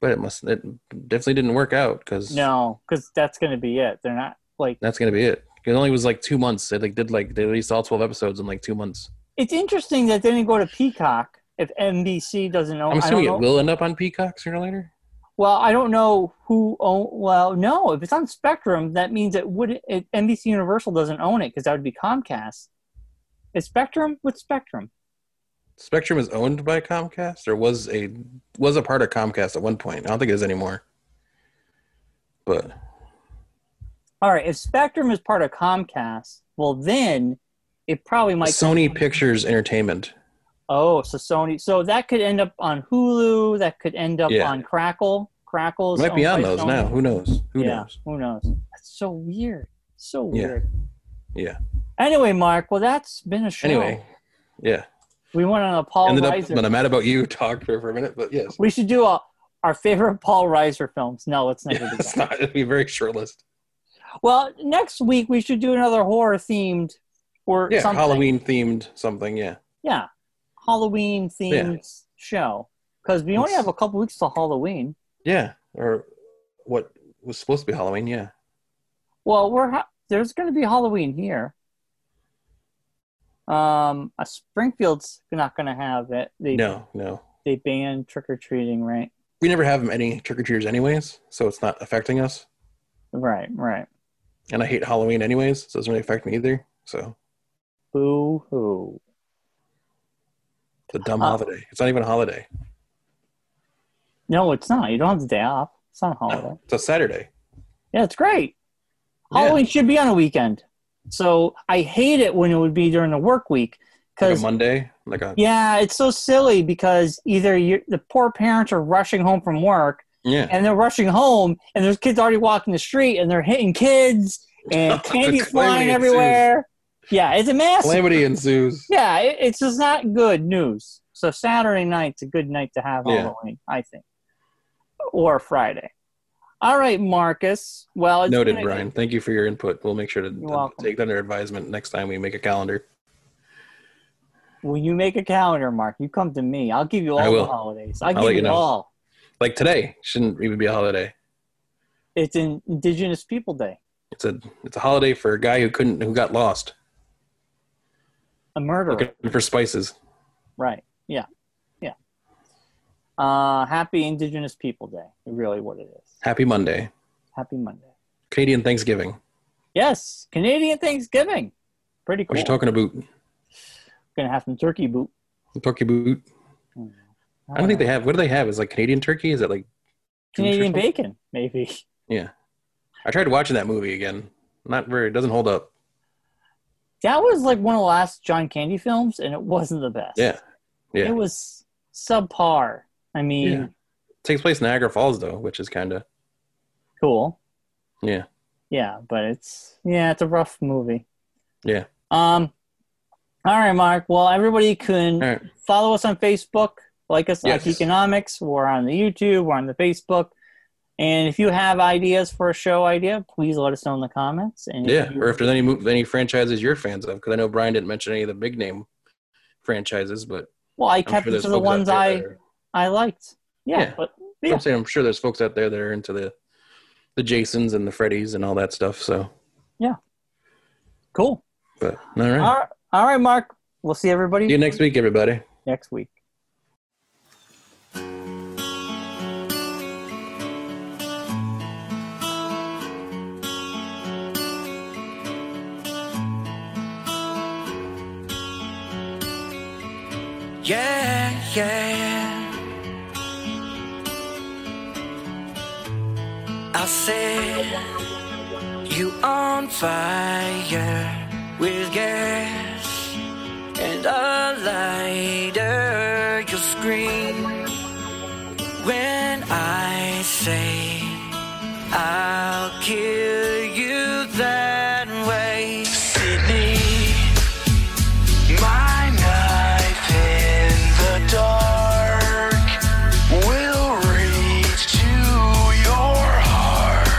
A: But it must. It definitely didn't work out because
B: No, because that's going to be it. They're not like
A: that's gonna be it. It only was like two months. They like did like they released all twelve episodes in like two months.
B: it's interesting that they didn't go to Peacock if NBC doesn't
A: I'm
B: own. Oh, I don't
A: assuming
B: know,
A: it will end up on Peacock sooner or later.
B: Well, I don't know who own. Well, no, if it's on Spectrum, that means it would. It, NBC Universal doesn't own it because that would be Comcast. Is Spectrum with Spectrum?
A: Spectrum is owned by Comcast or was a was a part of Comcast at one point. I don't think it is anymore. But
B: All right, if Spectrum is part of Comcast, well then it probably might.
A: Sony Pictures Entertainment.
B: Oh, so Sony. So that could end up on Hulu. That could end up
A: Yeah.
B: on Crackle. Crackles
A: Might be
B: owned
A: on
B: by
A: those
B: Sony.
A: now. Who knows? Who
B: yeah,
A: knows?
B: Who knows? That's so weird. So
A: Yeah.
B: weird.
A: Yeah.
B: Anyway, Mark. Well, that's been a show.
A: Anyway, yeah.
B: we went on a Paul
A: Ended up
B: Reiser.
A: when I'm mad about you talk for, for a minute, but yes.
B: we should do a our favorite Paul Reiser films. No, let's never
A: Yeah,
B: do
A: it's
B: that.
A: not it'll be a very short list.
B: Well, next week we should do another horror themed or
A: Yeah,
B: something.
A: Halloween themed something, yeah.
B: Yeah, Halloween themed show because we only
A: It's-
B: have a couple weeks till Halloween.
A: Yeah. Or what was supposed to be Halloween, yeah.
B: Well, we're ha- there's going to be Halloween here. Um, uh, Springfield's not going to have it. They
A: No, no.
B: they ban trick or treating, right?
A: We never have any trick or treaters anyways, so it's not affecting us.
B: Right, right.
A: And I hate Halloween anyways, so it doesn't really affect me either. So
B: Boo hoo.
A: it's a dumb
B: Uh,
A: holiday. It's not even a holiday.
B: No, it's not. You don't have the day off. It's not a
A: No,
B: holiday.
A: it's a Saturday.
B: Yeah, it's great.
A: Yeah.
B: Halloween should be on a weekend. So I hate it when it would be during the work week
A: Like a
B: because
A: Monday. Like a
B: yeah, it's so silly because either you the poor parents are rushing home from work
A: yeah.
B: and they're rushing home, and there's kids already walking the street, and they're hitting kids, and candy's
A: Calamity
B: flying
A: ensues.
B: everywhere. Yeah, it's a mess.
A: Calamity ensues.
B: Yeah, it, it's just not good news. So Saturday night's a good night to have
A: Yeah.
B: Halloween, I think, or Friday. All right, Marcus. Well, it's
A: Noted,
B: been a-
A: Brian. Thank you for your input. We'll make sure to
B: welcome.
A: take that under advisement next time we make a calendar.
B: Will you make a calendar, Mark? You come to me. I'll give you all
A: I
B: the
A: will.
B: holidays. I'll,
A: I'll
B: give
A: let
B: you,
A: you know.
B: all.
A: Like today shouldn't even be a holiday.
B: It's in Indigenous People Day,
A: It's a it's a holiday for a guy who couldn't who got lost
B: a murderer.
A: looking for spices.
B: Right. Yeah. Yeah. Uh, happy Indigenous People Day. Really, what it is.
A: Happy Monday,
B: Happy Monday.
A: Canadian Thanksgiving.
B: Yes, Canadian Thanksgiving. Pretty
A: What
B: cool.
A: you talking about?
B: Gonna have some turkey boot. Mm-hmm.
A: Turkey boot. I don't think they have. What do they have? Is like Canadian turkey? Is it like Jewish or
B: Canadian
A: something?
B: bacon, maybe.
A: I tried watching that movie again. Not very. It doesn't hold up.
B: That was like one of the last John Candy films, and it wasn't the best.
A: Yeah. Yeah.
B: It was subpar. I mean,
A: Yeah. takes place in Niagara Falls though, which is kind of
B: cool.
A: Yeah.
B: Yeah, but it's yeah, it's a rough movie.
A: Yeah.
B: Um. All right, Mark. Well, everybody can
A: all right.
B: follow us on Facebook, like us
A: Yes.
B: on Economics. We're on the YouTube, we're on the Facebook. And if you have ideas for a show idea, please let us know in the comments. And if
A: Yeah,
B: you-
A: or if there's any mo- any franchises you're fans of, because I know Brian didn't mention any of the big name franchises, but
B: well, I
A: I'm
B: kept
A: sure
B: it
A: there's
B: to the
A: folks out
B: ones
A: there
B: I
A: that are-
B: I liked. Yeah,
A: Yeah.
B: but
A: I'm saying I'm sure there's folks out there that are into the the Jasons and the Freddys and all that stuff. So,
B: cool.
A: but all right.
B: All right, all right, Mark. We'll see everybody
A: See you next week, everybody.
B: next week.
C: Yeah, yeah, yeah. I set you on fire with gas and a lighter. You scream when I say I'll kill you that way, Sydney. My knife in the dark will reach to your heart.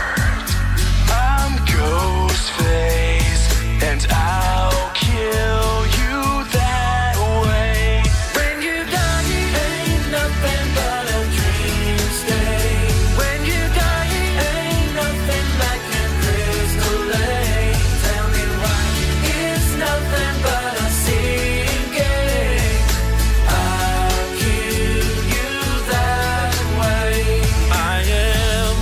C: I'm Ghostface, and I'll kill you that way. When you die, ain't nothing but a dream state. When you die, ain't nothing like a crystal lake. Tell me why it's nothing but a seeing game. I'll kill you that way. I am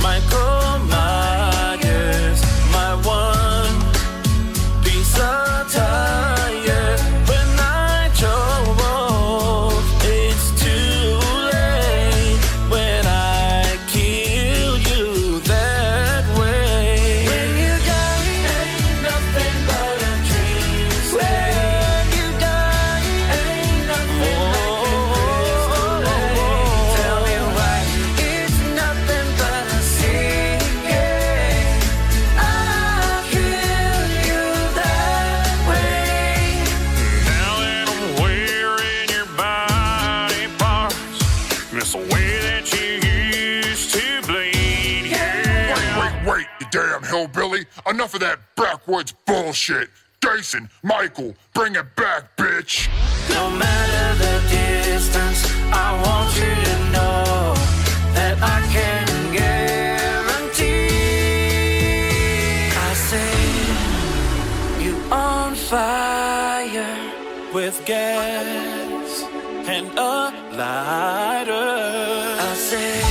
C: Michael Myers, my one piece of tire. When I drove, it's too late. When I kill you that way. When you die, ain't nothing but a dream. When you die, ain't nothing like a crystal Tell me why it's nothing but a seeking. I'll kill you that way.
D: Now that I'm wearing your body parts, it's the way that you used to bleed. Yeah.
E: Wait, wait, wait, you damn hillbilly. Enough of that backwoods bullshit. Jason, Michael, bring it back, bitch.
C: No matter the distance, I want you to know that I can guarantee. I set you on fire with gas and a lighter. I set